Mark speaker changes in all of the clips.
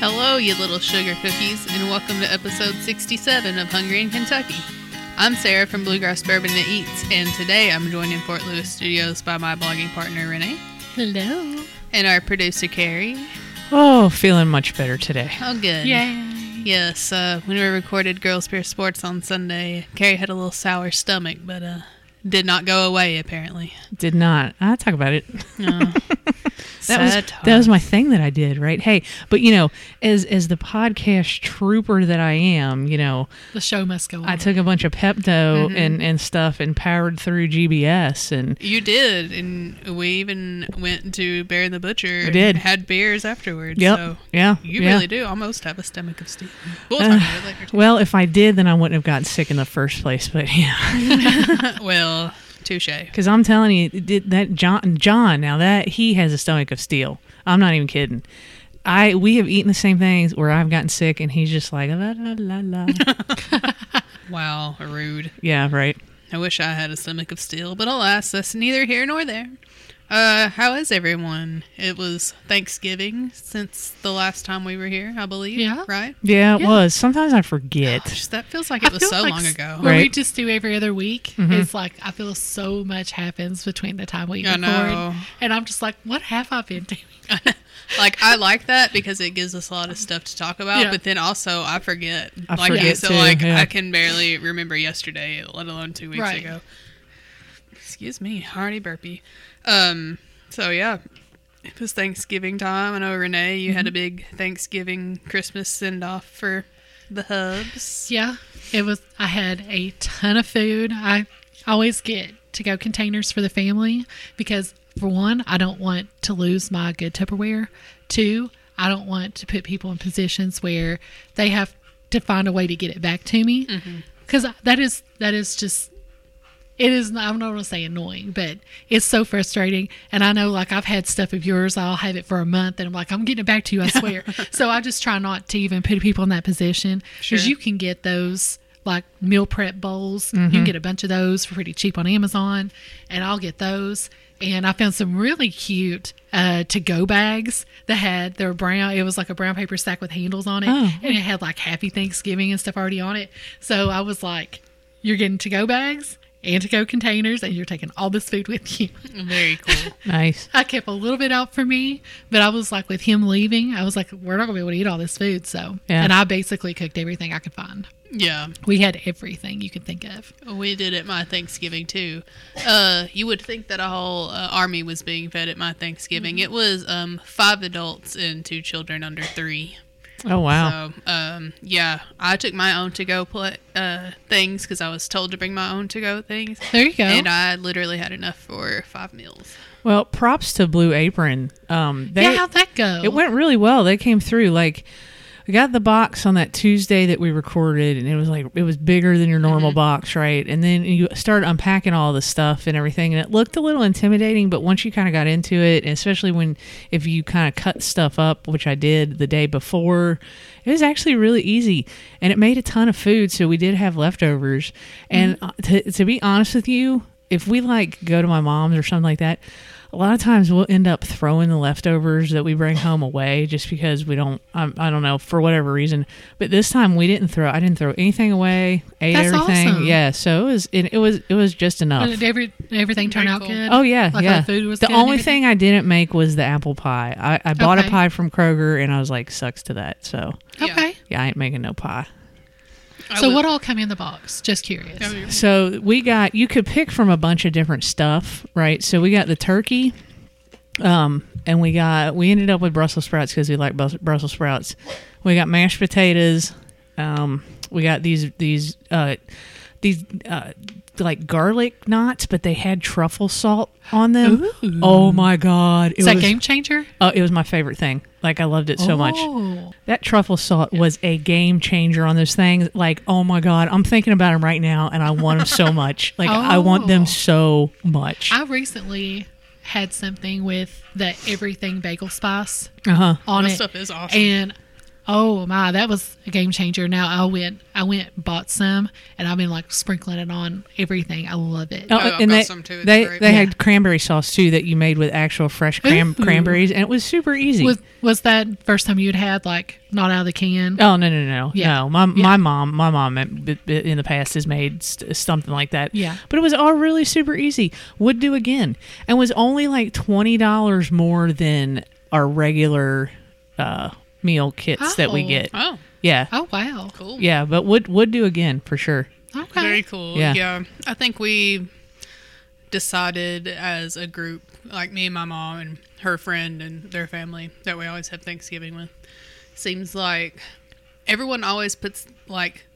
Speaker 1: Hello, you little sugar cookies, and welcome to episode 67 of Hungry in Kentucky. I'm Sarah from Bluegrass Bourbon That Eats, and today I'm joined in Fort Lewis Studios by my blogging partner Renee
Speaker 2: Hello.
Speaker 1: and our producer Carrie.
Speaker 3: Oh, feeling much better today.
Speaker 1: Oh, good.
Speaker 2: Yay.
Speaker 1: Yes, uh, when we recorded Girls Beer Sports on Sunday, Carrie had a little sour stomach, but uh, did not go away apparently.
Speaker 3: Did not. I talk about it.
Speaker 1: No.
Speaker 3: That was that was my thing that I did, right? Hey, but you know, as as the podcast trooper that I am, you know,
Speaker 2: The show must go on.
Speaker 3: I took a bunch of Pepto
Speaker 1: Mm-hmm.
Speaker 3: and and stuff and powered through GBS and
Speaker 1: You did, and we even went to Bear and the Butcher.
Speaker 3: I did.
Speaker 1: And had beers afterwards.
Speaker 3: yep,
Speaker 1: So
Speaker 3: yeah,
Speaker 1: you
Speaker 3: yeah.
Speaker 1: really do almost have a stomach of steel. We'll talk about it later.
Speaker 3: Well, if I did, then I wouldn't have gotten sick in the first place. But yeah,
Speaker 1: well, touche.
Speaker 3: because I'm telling you, it did- that John, John, now that he has a stomach of steel. I'm not even kidding. I we have eaten the same things where I've gotten sick, and he's just like la la la la.
Speaker 1: Wow, rude.
Speaker 3: yeah, right.
Speaker 1: I wish I had a stomach of steel, but alas, that's neither here nor there. Uh, how is everyone? It was Thanksgiving since the last time we were here, I believe.
Speaker 2: Yeah.
Speaker 1: Right?
Speaker 3: Yeah, it
Speaker 2: Yeah.
Speaker 3: was. Sometimes I forget.
Speaker 1: Gosh, that feels like
Speaker 2: I
Speaker 1: it was
Speaker 2: feel
Speaker 1: so
Speaker 2: like
Speaker 1: long
Speaker 2: s-
Speaker 1: ago.
Speaker 2: Where we
Speaker 3: Right.
Speaker 2: just do every other week. It's like I feel so much happens between the time we
Speaker 1: I
Speaker 2: record,
Speaker 1: know.
Speaker 2: and I'm just like, what have I been doing?
Speaker 1: like I like that because it gives us a lot of stuff to talk about.
Speaker 2: Yeah.
Speaker 1: But then also I forget.
Speaker 3: I
Speaker 1: like you-
Speaker 3: forget
Speaker 1: so
Speaker 3: too,
Speaker 1: like
Speaker 3: yeah.
Speaker 1: I can barely remember yesterday, let alone two weeks
Speaker 2: Right.
Speaker 1: ago. Excuse me, hearty burpee. Um. So yeah, it was Thanksgiving time. I know Renee, you had a big Thanksgiving Christmas send off for the hubs.
Speaker 2: Yeah, it was. I had a ton of food. I always get to go containers for the family because, for one, I don't want to lose my good Tupperware. Two, I don't want to put people in positions where they have to find a way to get it back to me because that is that is just it is not, I'm not going to say annoying, but it's so frustrating. And I know, like, I've had stuff of yours, I'll have it for a month, and I'm like, I'm getting it back to you, I swear. so I just try not to even put people in that position
Speaker 1: Sure.
Speaker 2: because you can get those like meal prep bowls. You
Speaker 3: Mm-hmm.
Speaker 2: can get a bunch of those for pretty cheap on Amazon, and I'll get those. And I found some really cute uh, to go bags that had, they were brown, it was like a brown paper sack with handles on it,
Speaker 3: Oh.
Speaker 2: and it had like Happy Thanksgiving and stuff already on it. So I was like, you're getting to go bags and to go containers, and you're taking all this food with you.
Speaker 1: Very cool.
Speaker 3: Nice.
Speaker 2: I kept a little bit out for me, but I was like, with him leaving, I was like, we're not gonna be able to eat all this food. So,
Speaker 3: Yeah.
Speaker 2: and I basically cooked everything I could find.
Speaker 1: yeah.
Speaker 2: We had everything you could think of.
Speaker 1: We did at my Thanksgiving too. Uh, you would think that a whole uh, army was being fed at my
Speaker 2: Mm-hmm.
Speaker 1: Thanksgiving. It was um, five adults and two children under three.
Speaker 3: Oh wow.
Speaker 1: So, um, yeah, I took my own to go pl- uh, things because I was told to bring my own to go things.
Speaker 2: There you go.
Speaker 1: And uh, I literally had enough for five meals.
Speaker 3: well, props to Blue Apron. Um, they
Speaker 2: yeah, how'd that go?
Speaker 3: it went really well. They came through like. We got the box on that Tuesday that we recorded, and it was like it was bigger than your normal box, right? And then you started unpacking all the stuff and everything, and it looked a little intimidating. But once you kind of got into it, and especially when if you kind of cut stuff up, which I did the day before, it was actually really easy, and it made a ton of food. So we did have leftovers, and uh, to, to be honest with you, if we like go to my mom's or something like that, a lot of times we'll end up throwing the leftovers that we bring home away just because we don't um, I don't know for whatever reason. But this time we didn't throw I didn't throw anything away, ate
Speaker 2: That's
Speaker 3: everything.
Speaker 2: awesome.
Speaker 3: Yeah, so it was it, it was it was just enough.
Speaker 2: And did every, everything turn
Speaker 1: Very
Speaker 2: out
Speaker 1: cool.
Speaker 2: good?
Speaker 3: Oh yeah,
Speaker 2: Like,
Speaker 3: yeah.
Speaker 2: our food was
Speaker 3: the
Speaker 2: good and
Speaker 3: only
Speaker 2: everything?
Speaker 3: thing I didn't make was the apple pie. I, I bought
Speaker 2: Okay.
Speaker 3: a pie from Kroger and I was like sucks to that. So
Speaker 1: Yeah.
Speaker 2: Okay.
Speaker 3: yeah, I ain't making no pie.
Speaker 1: I Oh,
Speaker 2: So
Speaker 1: was-
Speaker 2: what all come in the box? Just curious.
Speaker 3: So we got you could pick from a bunch of different stuff, right? So we got the turkey, um, and we got we ended up with Brussels sprouts because we like Brus- Brussels sprouts. We got mashed potatoes. Um, we got these these uh, these uh, like garlic knots, but they had truffle salt on them. Oh my god! It
Speaker 2: Is that
Speaker 3: was,
Speaker 2: game changer?
Speaker 3: Oh, it was my favorite thing. Like I loved it so much.
Speaker 2: Oh.
Speaker 3: That truffle salt was a game changer on those things. Like, oh my god, I'm thinking about them right now, and I want them so much. Like, I want
Speaker 2: Oh.
Speaker 3: them so much.
Speaker 2: I recently had something with the everything bagel spice
Speaker 3: Uh huh.
Speaker 2: on
Speaker 1: That
Speaker 2: it.
Speaker 1: stuff is awesome.
Speaker 2: And Oh my, that was a game changer. Now I went, I went and bought some, and I've been like sprinkling it on everything. I love it.
Speaker 3: Oh,
Speaker 1: Oh, I've
Speaker 3: and
Speaker 1: got
Speaker 3: they,
Speaker 1: some, too. It's
Speaker 3: they,
Speaker 1: great.
Speaker 3: they
Speaker 2: Yeah.
Speaker 3: had cranberry sauce too that you made with actual fresh cran-
Speaker 2: Ooh.
Speaker 3: cranberries, and it was super easy.
Speaker 2: Was was that first time you'd had like not out of the can?
Speaker 3: oh no no no
Speaker 2: Yeah.
Speaker 3: no! My
Speaker 2: Yeah.
Speaker 3: my mom my mom in b- b- in the past has made st- something like that.
Speaker 2: Yeah.
Speaker 3: but it was all really super easy. Would do again, and was only like twenty dollars more than our regular uh, meal kits that we
Speaker 2: Oh.
Speaker 3: get.
Speaker 1: Oh,
Speaker 3: Yeah,
Speaker 2: Oh wow,
Speaker 1: cool.
Speaker 3: yeah, but would would do again for sure.
Speaker 2: Okay.
Speaker 1: Very cool.
Speaker 3: Yeah.
Speaker 1: Yeah. I think we decided as a group, like me and my mom and her friend and their family, that we always have Thanksgiving with. Seems like everyone always puts like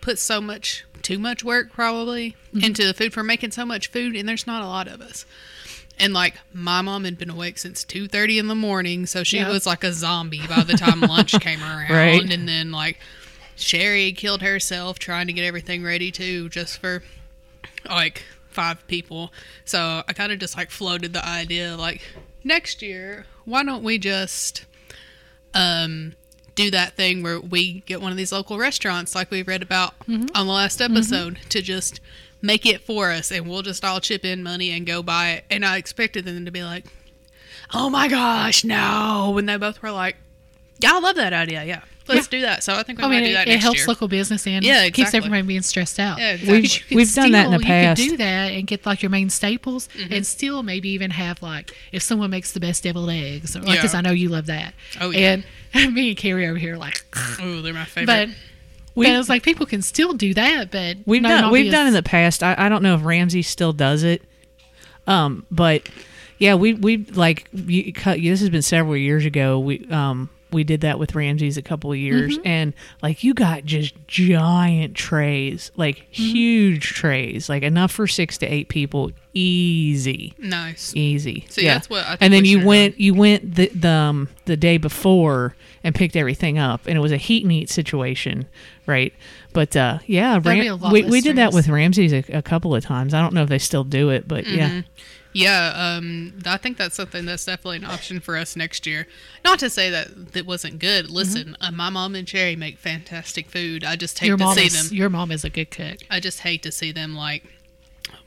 Speaker 1: puts so much too much work probably into the food for making so much food and there's not a lot of us. And like my mom had been awake since two thirty in the morning, so she
Speaker 2: Yeah.
Speaker 1: was like a zombie by the time lunch came around.
Speaker 3: Right.
Speaker 1: And then like Sherry killed herself trying to get everything ready too, just for like five people. So I kind of just like floated the idea like next year, why don't we just um do that thing where we get one of these local restaurants like we read about
Speaker 2: Mm-hmm.
Speaker 1: on the last episode to just make it for us and we'll just all chip in money and go buy it. And I expected them to be like, "Oh my gosh, no!" When they both were like, "Yeah, I love that idea. Yeah, let's do that." So I think we
Speaker 2: I
Speaker 1: might
Speaker 2: mean,
Speaker 1: do
Speaker 2: it,
Speaker 1: that
Speaker 2: it
Speaker 1: next
Speaker 2: helps
Speaker 1: year.
Speaker 2: local business and
Speaker 1: Yeah,
Speaker 2: keeps
Speaker 1: exactly.
Speaker 2: everyone being stressed out.
Speaker 1: Yeah,
Speaker 3: We've
Speaker 1: exactly.
Speaker 2: You could
Speaker 3: we've done that in the
Speaker 2: still- you could
Speaker 3: past.
Speaker 2: do that and get like your main staples,
Speaker 1: Mm-hmm.
Speaker 2: and still maybe even have like if someone makes the best deviled eggs, because
Speaker 1: Yeah.
Speaker 2: I know you love that.
Speaker 1: Oh, yeah.
Speaker 2: And me and Carrie over here like,
Speaker 1: Ooh, they're my
Speaker 2: but.
Speaker 1: favorite.
Speaker 3: We-
Speaker 2: but it was like people can still do that, but
Speaker 3: We've
Speaker 2: not
Speaker 3: done
Speaker 2: an
Speaker 3: we've done in
Speaker 2: obvious-
Speaker 3: the past. I, I don't know if Ramsey still does it, um, but yeah, we we like you, cut- this has been several years ago. We um we did that with Ramsey's a couple of years, and like you got just giant trays, like huge trays, like enough for six to eight people, easy
Speaker 1: nice.
Speaker 3: easy.
Speaker 1: See, that's what I think
Speaker 3: and then
Speaker 1: we
Speaker 3: you
Speaker 1: should've
Speaker 3: went you went the the, um, the day before and picked everything up, and it was a heat and eat situation, right? But uh, yeah,
Speaker 2: That'd be a lot
Speaker 3: we,
Speaker 2: less
Speaker 3: we did that
Speaker 2: stress.
Speaker 3: with Ramses a, a couple of times. I don't know if they still do it, but yeah,
Speaker 1: Yeah, um, I think that's something that's definitely an option for us next year. Not to say that that wasn't good. Listen, uh, my mom and Sherry make fantastic food. I just hate
Speaker 2: Mm-hmm. your
Speaker 1: to
Speaker 2: mom
Speaker 1: see
Speaker 2: is,
Speaker 1: them.
Speaker 2: Your mom is a good cook.
Speaker 1: I just hate to see them like,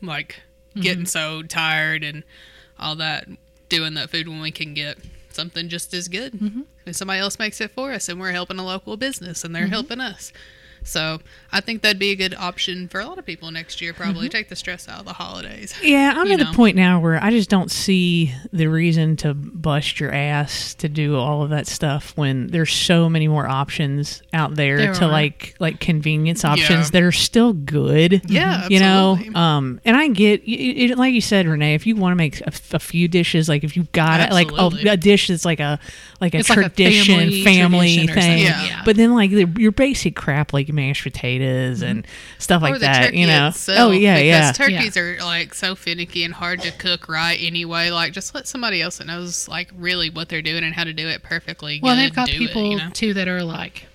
Speaker 1: like
Speaker 3: Mm-hmm.
Speaker 1: getting so tired and all that doing that food when we can get something just as good.
Speaker 3: Mm-hmm.
Speaker 1: And somebody else makes it for us, and we're helping a local business, and they're
Speaker 3: Mm-hmm.
Speaker 1: helping us. So I think that'd be a good option for a lot of people next year. Probably
Speaker 3: Mm-hmm.
Speaker 1: take the stress out of the holidays.
Speaker 3: yeah. I'm
Speaker 1: You
Speaker 3: at
Speaker 1: know.
Speaker 3: the point now where I just don't see the reason to bust your ass to do all of that stuff when there's so many more options out there,
Speaker 2: There
Speaker 3: to
Speaker 2: are.
Speaker 3: like like convenience options that are still good.
Speaker 1: Yeah,
Speaker 3: you know
Speaker 1: absolutely.
Speaker 3: um and i get it, it, like you said renee if you want to make a, f- a few dishes like if you've got it like a,
Speaker 1: Absolutely.
Speaker 3: a dish that's like a like a
Speaker 2: It's like a
Speaker 3: tradition
Speaker 2: family
Speaker 3: family,
Speaker 2: tradition or
Speaker 3: thing
Speaker 2: something,
Speaker 1: Yeah.
Speaker 2: yeah.
Speaker 3: but then like the, your basic crap like mashed potatoes and stuff like
Speaker 1: Mm-hmm. or the
Speaker 3: that
Speaker 1: turkey
Speaker 3: you know
Speaker 1: itself,
Speaker 3: oh yeah yeah
Speaker 1: because turkeys are like so finicky and hard to cook right anyway like just let somebody else that knows like really what they're doing and how to do it perfectly
Speaker 2: Well,
Speaker 1: good
Speaker 2: they've got
Speaker 1: do it,
Speaker 2: people
Speaker 1: you know?
Speaker 2: too that are like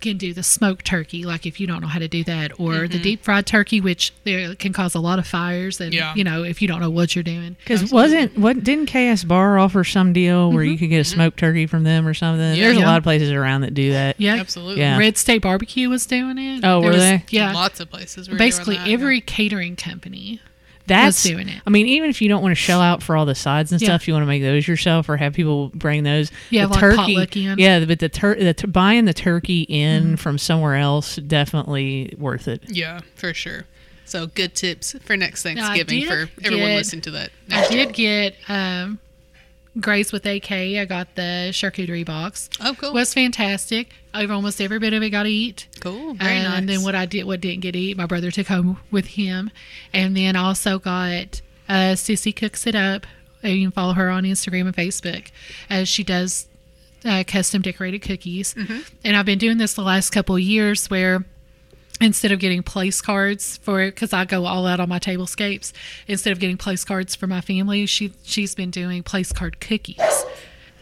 Speaker 2: can do the smoked turkey, like if you don't know how to do that, or the
Speaker 1: Mm-hmm.
Speaker 2: deep fried turkey, which there can cause a lot of fires, and
Speaker 1: Yeah.
Speaker 2: you know if you don't know what you're doing.
Speaker 3: because wasn't what didn't KS Bar offer some deal where you could get a smoked turkey from them or
Speaker 1: Yeah.
Speaker 3: something? There's
Speaker 2: Mm-hmm.
Speaker 3: a
Speaker 2: Yeah.
Speaker 3: lot of places around that do that.
Speaker 2: Yeah,
Speaker 1: absolutely
Speaker 3: Yeah.
Speaker 2: Red State Barbecue was doing it.
Speaker 3: Oh, were
Speaker 2: was-
Speaker 3: they?
Speaker 2: Yeah,
Speaker 1: lots of places were doing
Speaker 2: basically
Speaker 1: that, yeah.
Speaker 2: every catering company.
Speaker 3: That's
Speaker 2: doing it.
Speaker 3: I mean, even if you don't want to shell out for all the sides and
Speaker 2: Yeah.
Speaker 3: stuff, you want to make those yourself or have people bring those.
Speaker 2: Yeah,
Speaker 3: the
Speaker 2: like
Speaker 3: turkey.
Speaker 2: potluck Mm-hmm. in.
Speaker 3: Yeah, but the, tur- the tur- buying the turkey in from somewhere else definitely worth it.
Speaker 1: yeah for sure so good tips for next
Speaker 2: I
Speaker 1: thanksgiving
Speaker 2: did
Speaker 1: for everyone
Speaker 2: get-
Speaker 1: listening to that
Speaker 2: I did get um, Grace with AK. I got the charcuterie box.
Speaker 1: oh cool
Speaker 2: Was fantastic. Over almost every bit of it got to eat.
Speaker 1: cool very nice
Speaker 2: and then what I did, what didn't get to eat, my brother took home with him, and then I also got uh, Sissy cooks it up. Uh, You can follow her on Instagram and Facebook. Uh, she does uh, custom decorated cookies,
Speaker 1: Mm-hmm.
Speaker 2: and I've been doing this the last couple of years where instead of getting place cards for because I go all out on my tablescapes, instead of getting place cards for my family, she she's been doing place card cookies.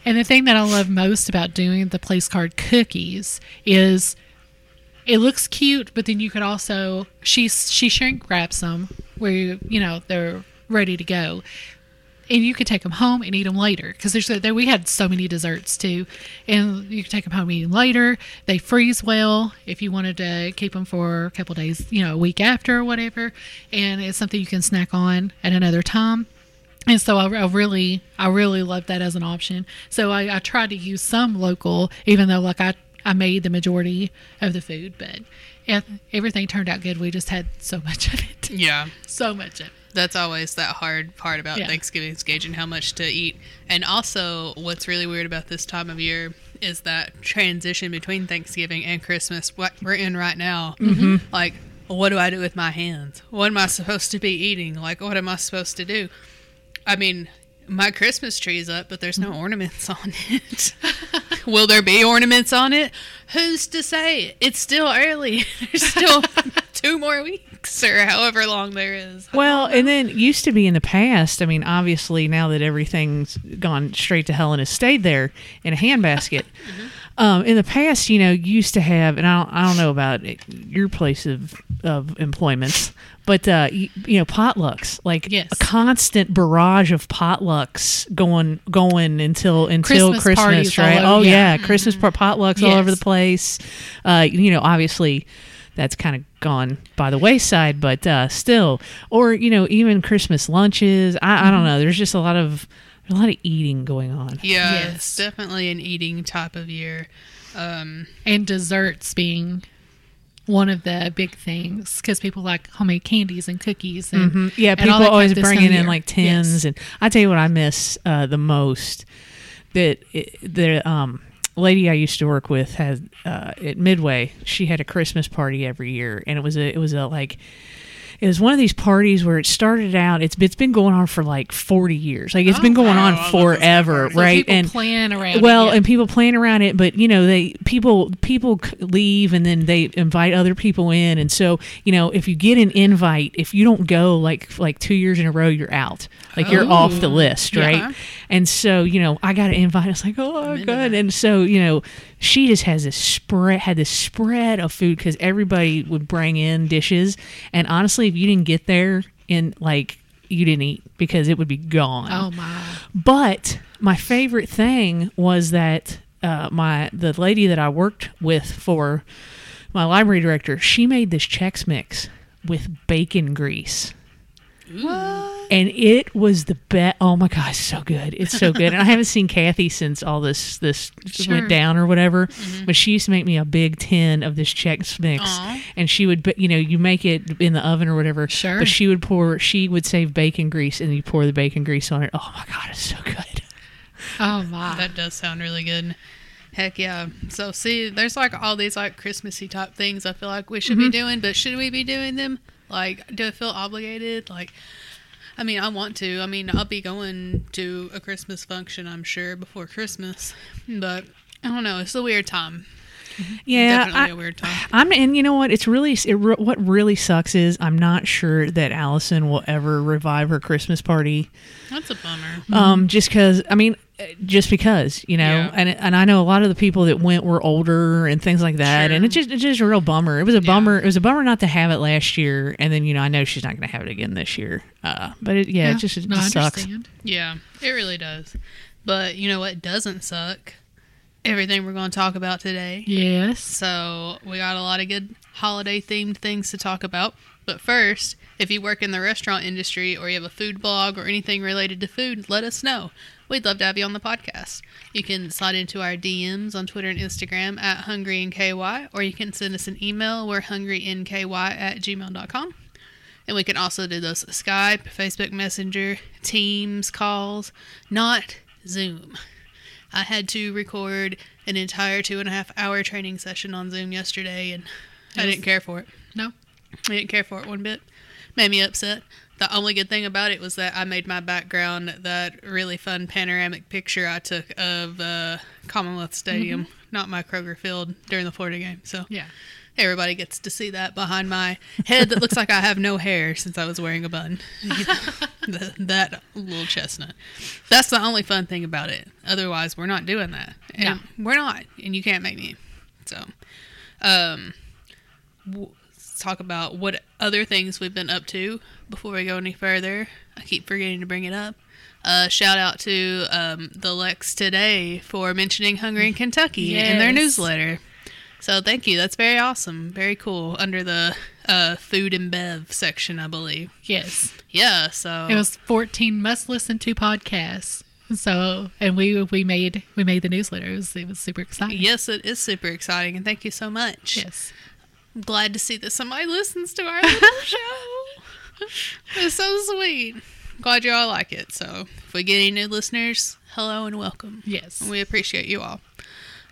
Speaker 2: And the thing that I love most about doing the place card cookies is it looks cute, but then you could also she's she shrink wraps them where you you know they're ready to go. and you could take them home and eat them later because there's there, we had so many desserts too, and you could take them home and eat 'em later. They freeze well if you wanted to keep them for a couple days, you know, a week after or whatever, and it's something you can snack on at another time. And so I, I really, I really loved that as an option. So I, I tried to use some local, even though like I, I made the majority of the food, but ev- everything turned out good. We just had so much of it,
Speaker 1: Yeah.
Speaker 2: so much of it.
Speaker 1: That's always that hard part about
Speaker 2: Yeah.
Speaker 1: Thanksgiving is gauging how much to eat. And also, what's really weird about this time of year is that transition between Thanksgiving and Christmas, what we're in right now. Like, what do I do with my hands? What am I supposed to be eating? Like, what am I supposed to do? I mean, my Christmas tree's up, but there's no ornaments on it. Will there be ornaments on it? Who's to say? It's still early. There's still two more weeks or however long there is.
Speaker 3: Well, and then it used to be in the past. I mean, obviously now that everything's gone straight to hell and has stayed there in a handbasket. um, in the past, you know, you used to have, and I don't, I don't know about it, your place of of employment, but uh, you, you know, potlucks like
Speaker 2: Yes.
Speaker 3: a constant barrage of potlucks going going until until
Speaker 2: Christmas
Speaker 3: Christmas,
Speaker 2: parties all
Speaker 3: right?
Speaker 2: over-
Speaker 3: oh
Speaker 2: yeah. Mm-hmm.
Speaker 3: yeah, Christmas par- potlucks all
Speaker 2: Yes.
Speaker 3: over the place. Uh, you know, obviously that's kind of gone by the wayside, but uh, still, or you know, even Christmas lunches. I, I don't know. There's just a lot of a lot of eating going on.
Speaker 1: Yeah,
Speaker 2: Yes.
Speaker 1: it's definitely an eating type of year. Um,
Speaker 2: and desserts being one of the big things because people like homemade candies and cookies and
Speaker 3: Mhm. Yeah,
Speaker 2: and all
Speaker 3: people
Speaker 2: that
Speaker 3: always
Speaker 2: kind of this
Speaker 3: bringing
Speaker 2: time of
Speaker 3: in
Speaker 2: year.
Speaker 3: like tins,
Speaker 2: Yes.
Speaker 3: and I tell you what, I miss uh, the most that it, the um, lady I used to work with had uh, at Midway. She had a Christmas party every year, and it was a it was a like it was one of these parties where it started out. It's it's been going on for like forty years, like it's been going
Speaker 1: wow, I love
Speaker 3: on
Speaker 1: those
Speaker 3: forever,
Speaker 1: parties.
Speaker 2: So
Speaker 3: right?
Speaker 2: people
Speaker 3: and
Speaker 2: plan around
Speaker 3: well,
Speaker 2: it, yeah.
Speaker 3: and people plan around it, but you know they people people c- leave and then they invite other people in, and so you know if you get an invite, if you don't go like like two years in a row, you're out, like
Speaker 2: Oh.
Speaker 3: you're off the list, right?
Speaker 1: Yeah.
Speaker 3: And so you know I got an invite. I was like, oh
Speaker 1: into
Speaker 3: god,
Speaker 1: that.
Speaker 3: and so you know she just has this spread had this spread of food because everybody would bring in dishes, and honestly, if you didn't get there in like you didn't eat because it would be gone.
Speaker 2: oh my
Speaker 3: But my favorite thing was that uh, my the lady that I worked with for my library director, she made this Chex Mix with bacon grease. And it was the best. Oh my gosh, so good! It's so good. And I haven't seen Kathy since all this this
Speaker 2: Sure.
Speaker 3: went down or whatever. But she used to make me a big tin of this Chex Mix,
Speaker 1: Aw.
Speaker 3: and she would, bu- you know, you make it in the oven or whatever.
Speaker 2: Sure.
Speaker 3: But she would pour. She would save bacon grease, and you pour the bacon grease on it. Oh my god, it's so good.
Speaker 2: oh my
Speaker 1: that does sound really good. Heck yeah. So see, there's like all these like Christmassy type things I feel like we should
Speaker 3: Mm-hmm.
Speaker 1: be doing, but should we be doing them? Like, do I feel obligated? Like, I mean, I want to. I mean, I'll be going to a Christmas function, I'm sure, before Christmas, but I don't know. It's a weird time.
Speaker 3: Yeah,
Speaker 1: Definitely
Speaker 3: I,
Speaker 1: a weird time.
Speaker 3: am and you know what? It's really it, re- what really sucks is I'm not sure that Allison will ever revive her Christmas party.
Speaker 1: That's a bummer.
Speaker 3: Um, just because I mean, uh, just because you know,
Speaker 1: Yeah.
Speaker 3: and and I know a lot of the people that went were older and things like that,
Speaker 1: Sure.
Speaker 3: and it's just it's just a real bummer. It was a bummer. It was a bummer not to have it last year, and then you know I know she's not going to have it again this year. Uh, but it, yeah, it just, it
Speaker 2: no, I
Speaker 3: just sucks.
Speaker 2: understand.
Speaker 1: Yeah, it really does. But you know what doesn't suck? Everything we're going to talk about today.
Speaker 2: yes
Speaker 1: So we got a lot of good holiday themed things to talk about. But first, if you work in the restaurant industry or you have a food blog or anything related to food, let us know. We'd love to have you on the podcast. You can slide into our DMs on Twitter and Instagram at HungryNKY, or you can send us an email. We're hungrynky at gmail.com. And we can also do those Skype, Facebook Messenger, Teams calls, not Zoom. I had to record an entire two and a half hour training session on Zoom yesterday, and I didn't care for it.
Speaker 2: no
Speaker 1: I didn't care for it one bit. Made me upset. The only good thing about it was that I made my background that really fun panoramic picture I took of uh, Commonwealth Stadium, not my Kroger Field, during the Florida game. So
Speaker 2: yeah
Speaker 1: everybody gets to see that behind my head that looks like I have no hair since I was wearing a bun. Th- that little chestnut. That's the only fun thing about it. Otherwise, we're not doing that. And We're not, and you can't make me. So, um, w- let's talk about what other things we've been up to before we go any further. I keep forgetting to bring it up. Uh, shout out to um, the Lex today for mentioning Hungry in Kentucky in their
Speaker 2: Yes.
Speaker 1: newsletter. So thank you. That's very awesome. Very cool. Under the uh, food and bev section, I believe.
Speaker 2: Yes.
Speaker 1: Yeah. So
Speaker 2: It was 14 must listen to podcasts. So, and we we made we made the newsletter. It was, it was super exciting.
Speaker 1: yes, it is super exciting, and thank you so much.
Speaker 2: Yes.
Speaker 1: I'm glad to see that somebody listens to our little show. It's so sweet. Glad you all like it. So if we get any new listeners, hello and welcome.
Speaker 2: Yes.
Speaker 1: We appreciate you all.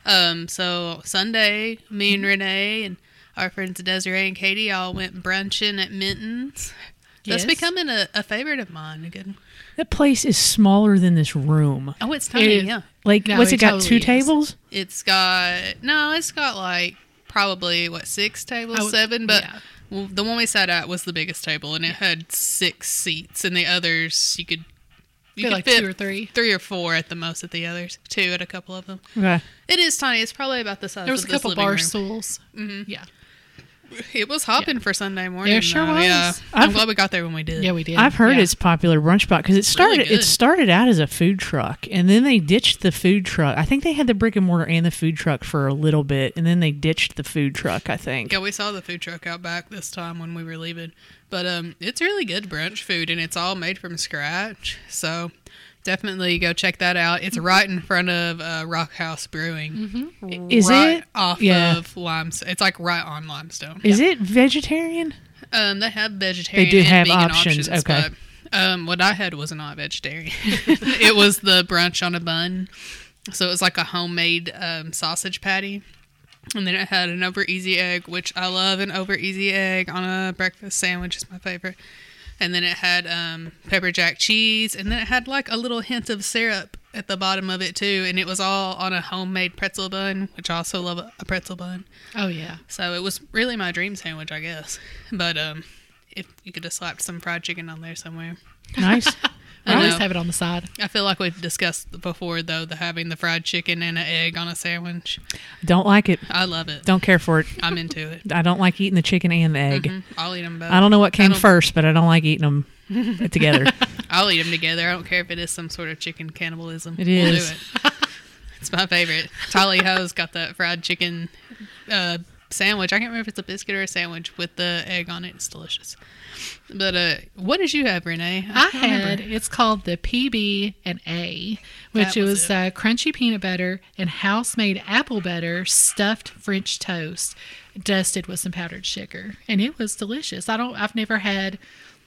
Speaker 1: Um, so Sunday, me and Renee and our friends Desiree and Katie all went brunching at Minton's.
Speaker 2: Yes.
Speaker 1: That's becoming a, a favorite of mine. A good.
Speaker 3: That place is smaller than this room.
Speaker 1: Oh, it's tiny.
Speaker 2: is.
Speaker 1: yeah,
Speaker 3: Like,
Speaker 2: No,
Speaker 3: what's
Speaker 2: it
Speaker 3: it got?
Speaker 2: totally
Speaker 3: two
Speaker 2: is.
Speaker 3: tables?
Speaker 1: it's got no. It's got like probably what six tables,
Speaker 2: I would-
Speaker 1: seven. But
Speaker 2: yeah.
Speaker 1: well, the one we sat at was the biggest table, and it had six seats, and the others you could you
Speaker 2: Feel
Speaker 1: could
Speaker 2: like
Speaker 1: fit
Speaker 2: two or three.
Speaker 1: three or four at the most at the others, two at a couple of them.
Speaker 3: Okay.
Speaker 1: It is tiny. It's probably about the size.
Speaker 2: There was a
Speaker 1: of this
Speaker 2: couple
Speaker 1: living
Speaker 2: bar
Speaker 1: room.
Speaker 2: stools.
Speaker 3: Mm-hmm.
Speaker 2: Yeah.
Speaker 1: It was hopping for Sunday morning.
Speaker 2: There sure
Speaker 1: though,
Speaker 2: was.
Speaker 1: Yeah.
Speaker 3: I've-
Speaker 1: I'm glad we got there when we did.
Speaker 2: Yeah, we did.
Speaker 3: I've heard
Speaker 2: Yeah.
Speaker 3: it's a popular brunch spot because it started
Speaker 1: good.
Speaker 3: it started out as a food truck and then they ditched the food truck. I think they had the brick and mortar and the food truck for a little bit and then they ditched the food truck, I think.
Speaker 1: Yeah, we saw the food truck out back this time when we were leaving. But um it's really good brunch food and it's all made from scratch. So definitely go check that out. It's right in front of uh, Rock House Brewing. Mm-hmm.
Speaker 3: Is
Speaker 1: right
Speaker 3: it?
Speaker 1: off
Speaker 3: Yeah.
Speaker 1: of limestone? It's like right on limestone.
Speaker 3: Is it vegetarian?
Speaker 1: Um, they have vegetarian.
Speaker 3: They do
Speaker 1: and
Speaker 3: have
Speaker 1: vegan
Speaker 3: options,
Speaker 1: options.
Speaker 3: okay.
Speaker 1: But, um, what I had was not vegetarian. it was the brunch on a bun, so it was like a homemade um, sausage patty, and then it had an over easy egg, which I love. An over easy egg on a breakfast sandwich is my favorite. And then it had um, pepper jack cheese, and then it had like a little hint of syrup at the bottom of it too. And it was all on a homemade pretzel bun, which I also love a pretzel bun.
Speaker 2: Oh yeah.
Speaker 1: So it was really my dream sandwich, I guess. But um, if you could have slapped some fried chicken on there somewhere,
Speaker 3: Nice.
Speaker 1: I
Speaker 2: I always
Speaker 1: know.
Speaker 2: have it on the side.
Speaker 1: I feel like we've discussed before though the having the fried chicken and an egg on a sandwich.
Speaker 3: don't like it.
Speaker 1: I love it.
Speaker 3: Don't care for it.
Speaker 1: I'm into it.
Speaker 3: I don't like eating the chicken and the egg.
Speaker 1: Mm, I'll eat them both.
Speaker 3: I don't know what came
Speaker 1: don't-
Speaker 3: first, but I don't like eating them together.
Speaker 1: I'll eat them together. I don't care if it is some sort of chicken cannibalism.
Speaker 3: It
Speaker 1: We'll
Speaker 3: is.
Speaker 1: do it. it's my favorite. Tolly Ho's got that fried chicken uh, sandwich. I can't remember if it's a biscuit or a sandwich with the egg on it. It's delicious. But uh, what did you have, Renee?
Speaker 2: I
Speaker 1: can't remember.
Speaker 2: had it's called the PB and A, which
Speaker 1: That was
Speaker 2: was
Speaker 1: it.
Speaker 2: uh, crunchy peanut butter and house made apple butter stuffed French toast, dusted with some powdered sugar, and it was delicious. I don't I've never had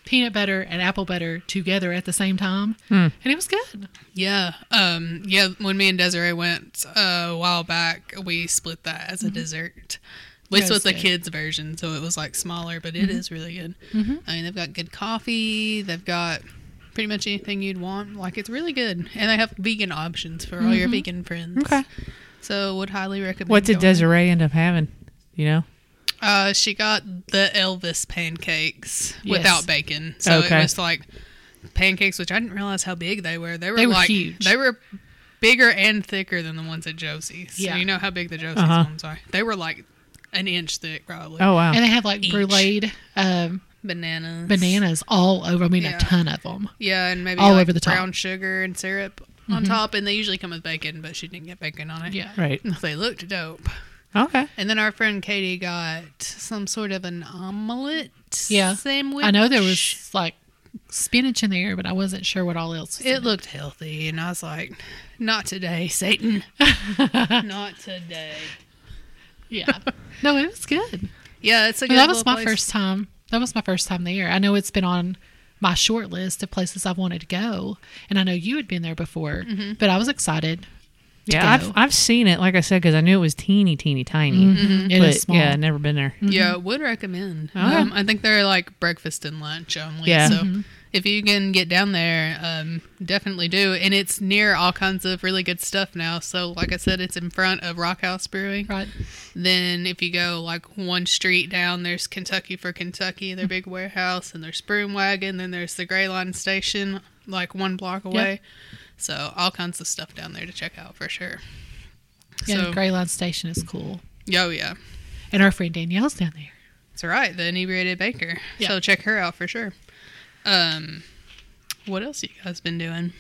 Speaker 2: peanut butter and apple butter together at the same time,
Speaker 1: Hmm.
Speaker 2: and it was good.
Speaker 1: Yeah. Um yeah, when me and Desiree went uh, a while back, we split that
Speaker 3: Mm-hmm.
Speaker 1: as a dessert. At least
Speaker 2: That
Speaker 1: with
Speaker 2: was
Speaker 1: the
Speaker 2: good.
Speaker 1: kids version, so it was like smaller, but
Speaker 3: Mm-hmm.
Speaker 1: it is really good. I mean, they've got good coffee, they've got pretty much anything you'd want. Like it's really good. And they have vegan options for all your vegan friends.
Speaker 3: Mm-hmm. Okay.
Speaker 1: So would highly recommend
Speaker 3: What did
Speaker 1: going.
Speaker 3: Desiree end up having? You know?
Speaker 1: Uh, she got the Elvis pancakes
Speaker 2: Yes.
Speaker 1: without bacon. So
Speaker 3: Okay.
Speaker 1: it was like pancakes, which I didn't realize how big they were. They were,
Speaker 2: They were
Speaker 1: like
Speaker 2: huge.
Speaker 1: they were bigger and thicker than the ones at Josie's.
Speaker 2: Yeah.
Speaker 1: So you know how big the Josie's
Speaker 3: Uh-huh.
Speaker 1: ones are. They were like an inch thick, probably.
Speaker 3: Oh wow.
Speaker 2: And they have like
Speaker 1: Each.
Speaker 2: bruleed um,
Speaker 1: bananas,
Speaker 2: bananas all over. I mean,
Speaker 1: Yeah.
Speaker 2: a ton of them.
Speaker 1: Yeah, and maybe
Speaker 2: All
Speaker 1: like
Speaker 2: over the top. Mm-hmm.
Speaker 1: brown sugar and syrup on top, and they usually come with bacon, but she didn't get bacon on it.
Speaker 2: Yeah.
Speaker 3: right.
Speaker 1: they looked dope.
Speaker 3: Okay.
Speaker 1: And then our friend Katie got some sort of an omelet.
Speaker 2: Yeah.
Speaker 1: sandwich.
Speaker 2: I know there was like spinach in there, but I wasn't sure what all else. Was in
Speaker 1: It looked healthy, and I was like, "Not today, Satan! Not today."
Speaker 2: Yeah. No, it was good.
Speaker 1: Yeah, it's a
Speaker 2: But
Speaker 1: good.
Speaker 2: that was
Speaker 1: little
Speaker 2: my
Speaker 1: place.
Speaker 2: first time. That was my first time there. I know it's been on my short list of places I wanted to go, and I know you had been there before,
Speaker 1: Mm-hmm.
Speaker 2: but I was excited.
Speaker 3: Yeah,
Speaker 2: go.
Speaker 3: I've, I've seen it. Like I said, because I knew it was teeny, teeny, tiny.
Speaker 1: Mm-hmm.
Speaker 2: It
Speaker 3: but
Speaker 2: is small.
Speaker 3: yeah, I've never been there.
Speaker 1: Yeah, would recommend. Um, I think they're like breakfast and lunch only.
Speaker 3: Yeah.
Speaker 1: So if you can get down there, um, definitely do. And it's near all kinds of really good stuff now. So like I said, it's in front of Rock House Brewing.
Speaker 2: Right?
Speaker 1: Then if you go like one street down, there's Kentucky for Kentucky, their big warehouse, and there's Broom Wagon. Then there's the Gray Line Station, like one block away. So all kinds of stuff down there to check out for sure.
Speaker 2: Yeah,
Speaker 1: So-
Speaker 2: the Gray Line Station is cool,
Speaker 1: Oh yeah,
Speaker 2: and our friend Danielle's down there.
Speaker 1: that's right. The inebriated baker.
Speaker 2: Yeah.
Speaker 1: So check her out for sure. Um, What else you guys been doing?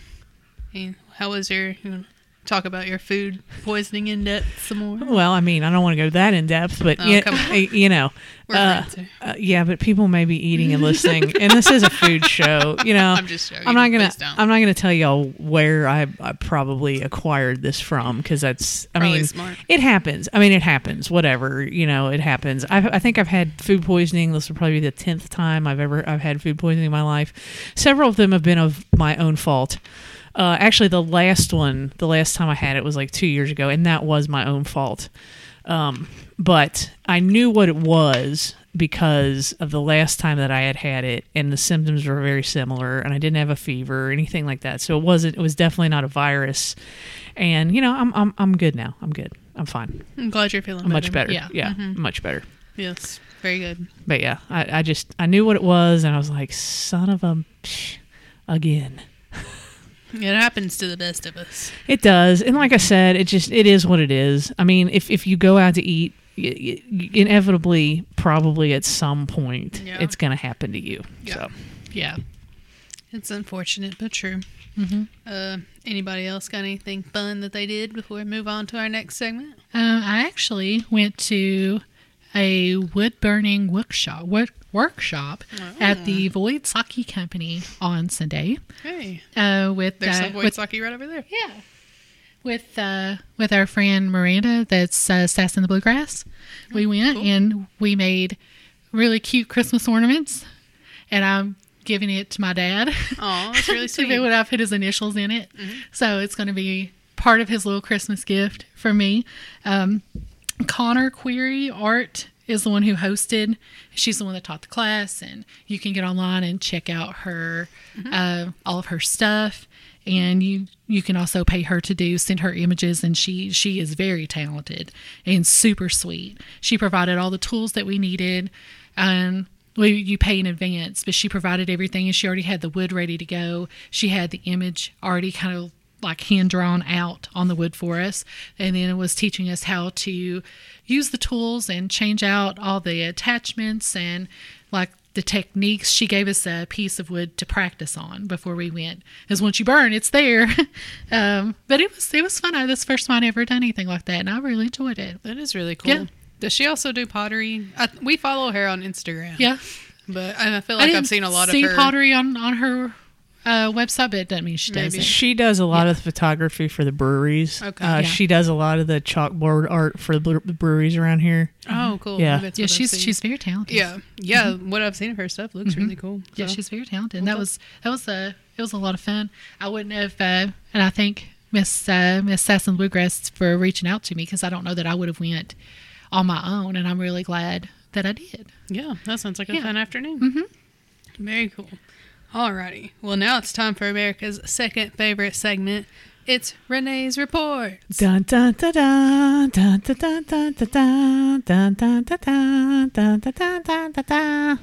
Speaker 1: Hey, How was your? You wanna talk about your food poisoning in depth some more.
Speaker 3: Well, I mean, I don't want to go that in depth, but
Speaker 1: Oh,
Speaker 3: yeah,
Speaker 1: come on.
Speaker 3: y- you know,
Speaker 1: We're
Speaker 3: uh,
Speaker 1: friends here.
Speaker 3: uh, yeah, but people may be eating and listening, and this is a food show. You know,
Speaker 1: I'm just joking.
Speaker 3: I'm not gonna.
Speaker 1: Please don't.
Speaker 3: I'm not gonna tell y'all where I, I probably acquired this from because that's. I
Speaker 1: Probably
Speaker 3: mean,
Speaker 1: smart.
Speaker 3: it happens. I mean, it happens. Whatever. You know, it happens. I've, I think I've had food poisoning. This will probably be the tenth time I've ever I've had food poisoning in my life. Several of them have been of my own fault. Uh, actually, the last one, the last time I had it was like two years ago, and that was my own fault. Um, but I knew what it was because of the last time that I had had it, and the symptoms were very similar, and I didn't have a fever or anything like that. So it wasn't. It was definitely not a virus. And you know, I'm I'm I'm good now. I'm good. I'm fine.
Speaker 1: I'm glad you're feeling
Speaker 3: I'm much better.
Speaker 2: Yeah.
Speaker 3: yeah, much better.
Speaker 1: Yes, very good.
Speaker 3: But yeah, I, I just I knew what it was, and I was like, son of a, psh, again.
Speaker 1: It happens to the best of us.
Speaker 3: It does, and like I said, it just it is what it is. I mean, if if you go out to eat, y- y- y- inevitably, probably at some point,
Speaker 1: Yeah.
Speaker 3: it's going to happen to you.
Speaker 1: Yeah.
Speaker 3: So
Speaker 2: Yeah.
Speaker 1: It's unfortunate, but true.
Speaker 2: Mhm.
Speaker 1: Uh, anybody else got anything fun that they did before we move on to our next segment?
Speaker 2: Um, I actually went to a wood burning workshop work, workshop
Speaker 1: Oh.
Speaker 2: at the Void Saki Company on Sunday
Speaker 1: Hey,
Speaker 2: uh, with
Speaker 1: there's
Speaker 2: uh,
Speaker 1: some
Speaker 2: with-
Speaker 1: Voidsaki right over there.
Speaker 2: Yeah. With uh, with our friend Miranda, that's uh, Sass in the Bluegrass.
Speaker 1: Mm-hmm.
Speaker 2: We went and we made really cute Christmas ornaments, and I'm giving it to my dad.
Speaker 1: Oh, that's really
Speaker 2: So
Speaker 1: sweet. Mm-hmm.
Speaker 2: they would have put his initials in it. So it's going to be part of his little Christmas gift for me. Um, Connor Query Art is the one who hosted. She's the one that taught the class, and you can get online and check out her
Speaker 1: Mm-hmm.
Speaker 2: uh, all of her stuff. And you you can also pay her to do send her images, and she she is very talented and super sweet. She provided all the tools that we needed. Um, well, you pay in advance, but she provided everything, and she already had the wood ready to go. She had the image already kind of like hand drawn out on the wood for us and then it was teaching us how to use the tools and change out all the attachments and like the techniques she gave us a piece of wood to practice on before we went because once you burn it's there um, but it was it was fun I, this is the first time i'd ever done anything like that and i really enjoyed it
Speaker 1: That is really cool.
Speaker 2: Yeah.
Speaker 1: Does she also do pottery? I, we follow her on Instagram.
Speaker 2: yeah
Speaker 1: but and I feel
Speaker 2: I
Speaker 1: like
Speaker 2: didn't
Speaker 1: I've seen a lot
Speaker 2: see
Speaker 1: of her.
Speaker 2: pottery on on her uh, website but it doesn't mean she does
Speaker 1: Maybe.
Speaker 2: it
Speaker 3: she does a lot of the photography for the breweries.
Speaker 1: Okay.
Speaker 3: Uh,
Speaker 2: Yeah.
Speaker 3: She does a lot of the chalkboard art for the bre- breweries around here.
Speaker 1: Oh, cool.
Speaker 3: Yeah.
Speaker 1: That's
Speaker 2: yeah
Speaker 1: what I've
Speaker 2: she's
Speaker 1: seen.
Speaker 2: she's very talented
Speaker 1: yeah, yeah. What I've seen of her stuff looks really cool.
Speaker 2: Yeah,
Speaker 1: so.
Speaker 2: she's very talented. That was that was a it was a lot of fun. I wouldn't have, uh, and I thank Miss uh, Miss Sasson Bluegrass for reaching out to me because I don't know that I would have went on my own, and I'm really glad that I did.
Speaker 1: Yeah, that sounds like a
Speaker 2: Yeah.
Speaker 1: fun afternoon. Mm-hmm. Very cool. Alrighty. Well, now it's time for America's second favorite segment. It's Renee's report.
Speaker 3: Dun dun dun dun dun dun dun dun dun dun dun dun dun dun dun dun dun dun.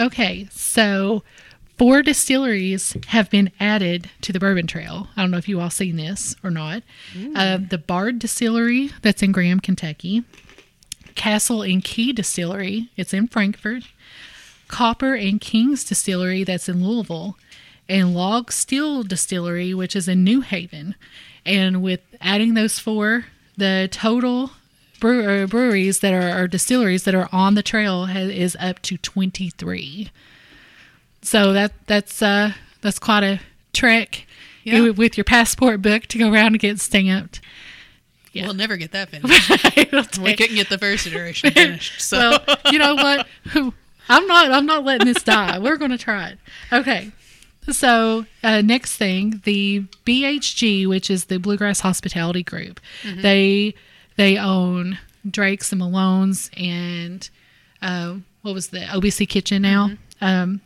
Speaker 2: Okay, so four distilleries have been added to the Bourbon Trail. I don't know if you all seen this or not. Uh, the Bard Distillery that's in Graham, Kentucky. Castle and Key Distillery, it's in Frankfort. Copper and Kings Distillery that's in Louisville, and Log Steel Distillery, which is in New Haven. And with adding those four, the total brew- uh, breweries that are or distilleries that are on the trail ha- is up to 23. So that that's uh that's quite a trek
Speaker 1: Yeah.
Speaker 2: with- with your passport book to go around and get stamped. Yeah.
Speaker 1: We'll never get that finished.
Speaker 2: It'll
Speaker 1: we
Speaker 2: take-
Speaker 1: couldn't get the first iteration finished. So
Speaker 2: well, you know what? I'm not. I'm not letting this die. We're going to try it. Okay. So uh, next thing, the BHG, which is the Bluegrass Hospitality Group, they they own Drake's and Malone's and um, what was the OBC Kitchen now. Um,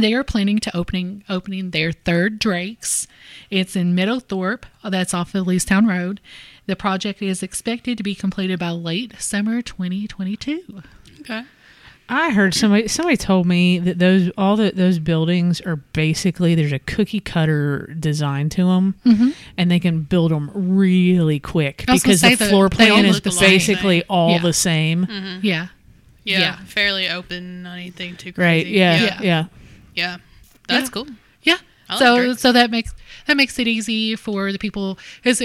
Speaker 2: they are planning to opening opening their third Drake's. It's in Middlethorpe. That's off of Leestown Road. The project is expected to be completed by late summer 2022.
Speaker 1: okay.
Speaker 3: I heard somebody somebody told me that those all the, those buildings are basically there's a cookie cutter design to them, and they can build them really quick
Speaker 2: Mm-hmm. I was gonna
Speaker 3: because the
Speaker 2: say that
Speaker 3: floor
Speaker 2: they all
Speaker 3: plan is
Speaker 2: look the same.
Speaker 3: basically all
Speaker 2: Yeah. Mm-hmm.
Speaker 3: the same,
Speaker 2: Yeah.
Speaker 1: Yeah,
Speaker 2: Yeah.
Speaker 1: fairly open, not anything too crazy.
Speaker 3: right? Yeah,
Speaker 1: yeah,
Speaker 3: yeah,
Speaker 2: Yeah.
Speaker 1: yeah. That's cool.
Speaker 2: Yeah.
Speaker 1: I like
Speaker 2: so
Speaker 1: drinks.
Speaker 2: so that makes that makes it easy for the people because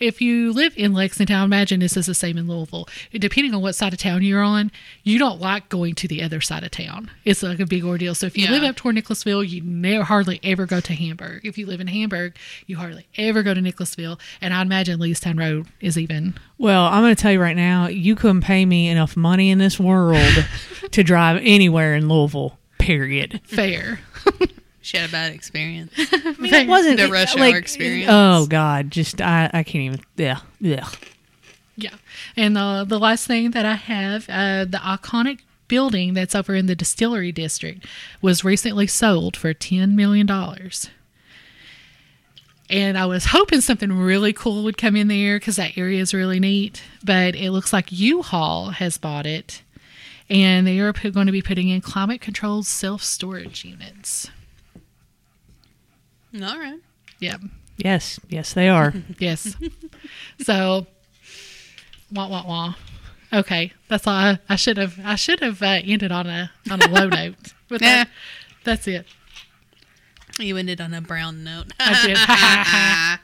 Speaker 2: if you live in Lexington, I imagine this is the same in Louisville. Depending on what side of town you're on, you don't like going to the other side of town. It's like a big ordeal. So if you
Speaker 1: Yeah.
Speaker 2: live up toward Nicholasville, you never hardly ever go to Hamburg. If you live in Hamburg, you hardly ever go to Nicholasville. And I imagine Leestown Road is even
Speaker 3: Well, I'm going to tell you right now, you couldn't pay me enough money in this world to drive anywhere in Louisville. Period.
Speaker 2: fair.
Speaker 1: She had a bad experience.
Speaker 2: Fair.
Speaker 1: The rush hour experience.
Speaker 3: Oh God, just I, I can't even. Yeah, yeah.
Speaker 2: Yeah. And uh, the last thing that I have uh, the iconic building that's over in the distillery district was recently sold for $10 million. And I was hoping something really cool would come in there because that area is really neat. But it looks like U Haul has bought it. And they are going to be putting in climate controlled self storage units.
Speaker 1: All right.
Speaker 2: Yep.
Speaker 3: Yes, yes, they are.
Speaker 2: Yes. so, wah wah wah. Okay, that's all. I, I should have. I should have uh, ended on a on a low note. But that, that's it.
Speaker 1: You ended on a brown note.
Speaker 2: I did.
Speaker 1: Ah.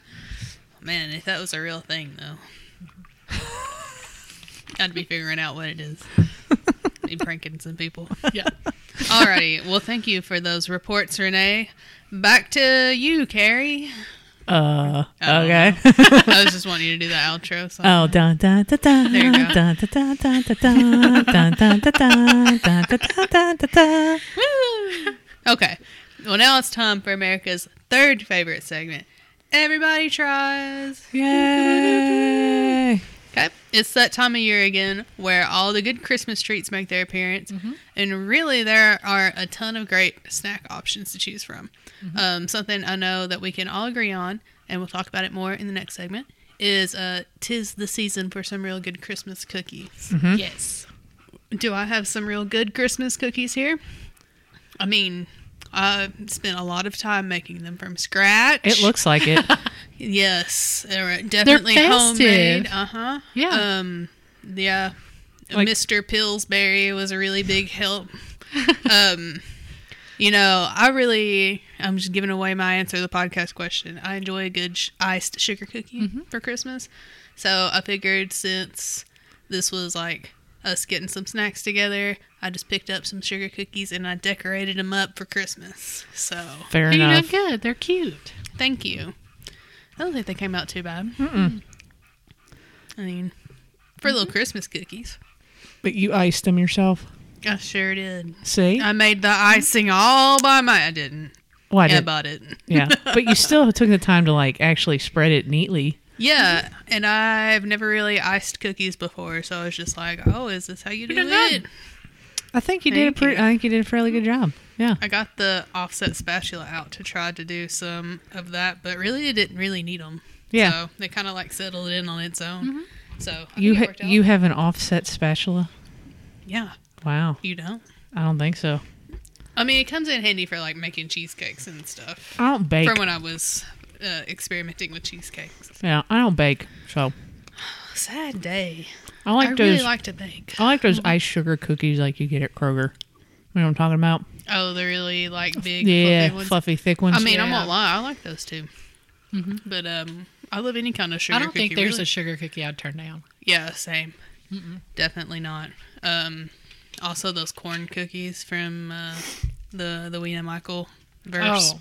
Speaker 1: Man, if that was a real thing, though, I'd be figuring out what it is. be pranking some people.
Speaker 2: yeah.
Speaker 1: Alrighty. Well, thank you for those reports, Renee. Back to you, Carrie.
Speaker 3: Uh,
Speaker 1: Oh,
Speaker 3: okay.
Speaker 1: I was just wanting you to do the outro. So.
Speaker 3: oh, dun dun dun dun.
Speaker 1: There you go.
Speaker 3: Dun dun dun dun dun dun dun dun dun dun dun dun dun dun.
Speaker 1: Woo! Okay. Well, now it's time for America's third favorite segment. Everybody tries.
Speaker 3: Yay!
Speaker 1: Okay. It's that time of year again where all the good Christmas treats make their appearance.
Speaker 3: Mm-hmm.
Speaker 1: And really, there are a ton of great snack options to choose from.
Speaker 3: Mm-hmm.
Speaker 1: Um, something I know that we can all agree on, and we'll talk about it more in the next segment, is uh, tis the season for some real good Christmas cookies.
Speaker 3: Mm-hmm.
Speaker 2: Yes.
Speaker 1: Do I have some real good Christmas cookies here? I mean, I spent a lot of time making them from scratch.
Speaker 3: It looks like it.
Speaker 1: yes, they were definitely
Speaker 2: festive.
Speaker 1: homemade. Uh huh.
Speaker 2: Yeah.
Speaker 1: Um. Yeah.
Speaker 3: Like-
Speaker 1: Mr. Pillsbury was a really big help. um. You know, I really, I'm just giving away my answer to the podcast question. I enjoy a good sh- iced sugar cookie for Christmas. So I figured since this was like us getting some snacks together, I just picked up some sugar cookies and I decorated them up for Christmas. So
Speaker 3: Fair
Speaker 2: They're
Speaker 3: enough.
Speaker 2: good. They're cute.
Speaker 1: thank you. I don't think they came out too bad. I mean, for
Speaker 3: Mm-hmm.
Speaker 1: little Christmas cookies.
Speaker 3: But you iced them yourself.
Speaker 1: I sure did.
Speaker 3: See?
Speaker 1: I made the icing all by my. I didn't.
Speaker 3: Why
Speaker 1: I
Speaker 3: did?
Speaker 1: bought it.
Speaker 3: Yeah, but you still took the time to like actually spread it neatly.
Speaker 1: Yeah, and I've never really iced cookies before, so I was just like, "Oh, is this how you do
Speaker 2: did good.
Speaker 1: it?"
Speaker 3: I think you
Speaker 1: Thank
Speaker 3: did a pretty. I think you did a fairly good job. Yeah.
Speaker 1: I got the offset spatula out to try to do some of that, but really, it didn't really need them.
Speaker 3: Yeah. Mm-hmm.
Speaker 1: so they kind of like settled in on its own. So I
Speaker 3: you
Speaker 1: think it
Speaker 3: ha-
Speaker 1: worked out.
Speaker 3: you have an offset spatula.
Speaker 1: yeah,
Speaker 3: Wow.
Speaker 1: you don't.
Speaker 3: I don't think so.
Speaker 1: I mean, it comes in handy for like making cheesecakes and stuff.
Speaker 3: I don't bake.
Speaker 1: From when I was uh, experimenting with cheesecakes.
Speaker 3: yeah, I don't bake. So
Speaker 1: Sad day.
Speaker 3: I like
Speaker 1: I
Speaker 3: those.
Speaker 1: really like to bake.
Speaker 3: I like those iced sugar cookies like you get at Kroger. You know what I'm talking about?
Speaker 1: Oh, they're really like big,
Speaker 3: yeah,
Speaker 1: fluffy ones.
Speaker 3: fluffy, thick ones.
Speaker 1: I mean, I
Speaker 2: yeah.
Speaker 1: won't lie, I like those too. But um, I love any kind of sugar.
Speaker 2: I don't think
Speaker 1: cookie,
Speaker 2: there's
Speaker 1: really.
Speaker 2: a sugar cookie I'd turn down.
Speaker 1: Yeah, same. Definitely not. Um, also those corn cookies from uh, the the Weena Michael verse.
Speaker 2: Oh,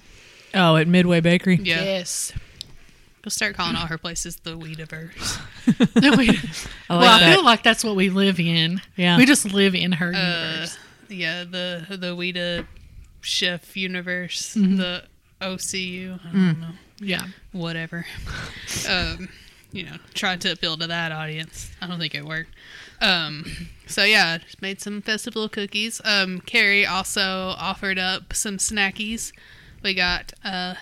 Speaker 3: oh, at Midway Bakery.
Speaker 1: Yeah,
Speaker 2: yes.
Speaker 1: we'll start calling all her places the Weediverse.
Speaker 2: No, we,
Speaker 3: I like
Speaker 2: well, I
Speaker 3: that.
Speaker 2: feel like that's what we live in.
Speaker 3: Yeah.
Speaker 2: We just live in her
Speaker 1: Uh,
Speaker 2: universe.
Speaker 1: yeah, the the Weeda Chef Universe, the OCU. I don't know.
Speaker 2: Yeah.
Speaker 1: whatever. um, you know, tried to appeal to that audience. I don't think it worked. Um, so yeah, just made some festival cookies. Um, Carrie also offered up some snackies. We got uh,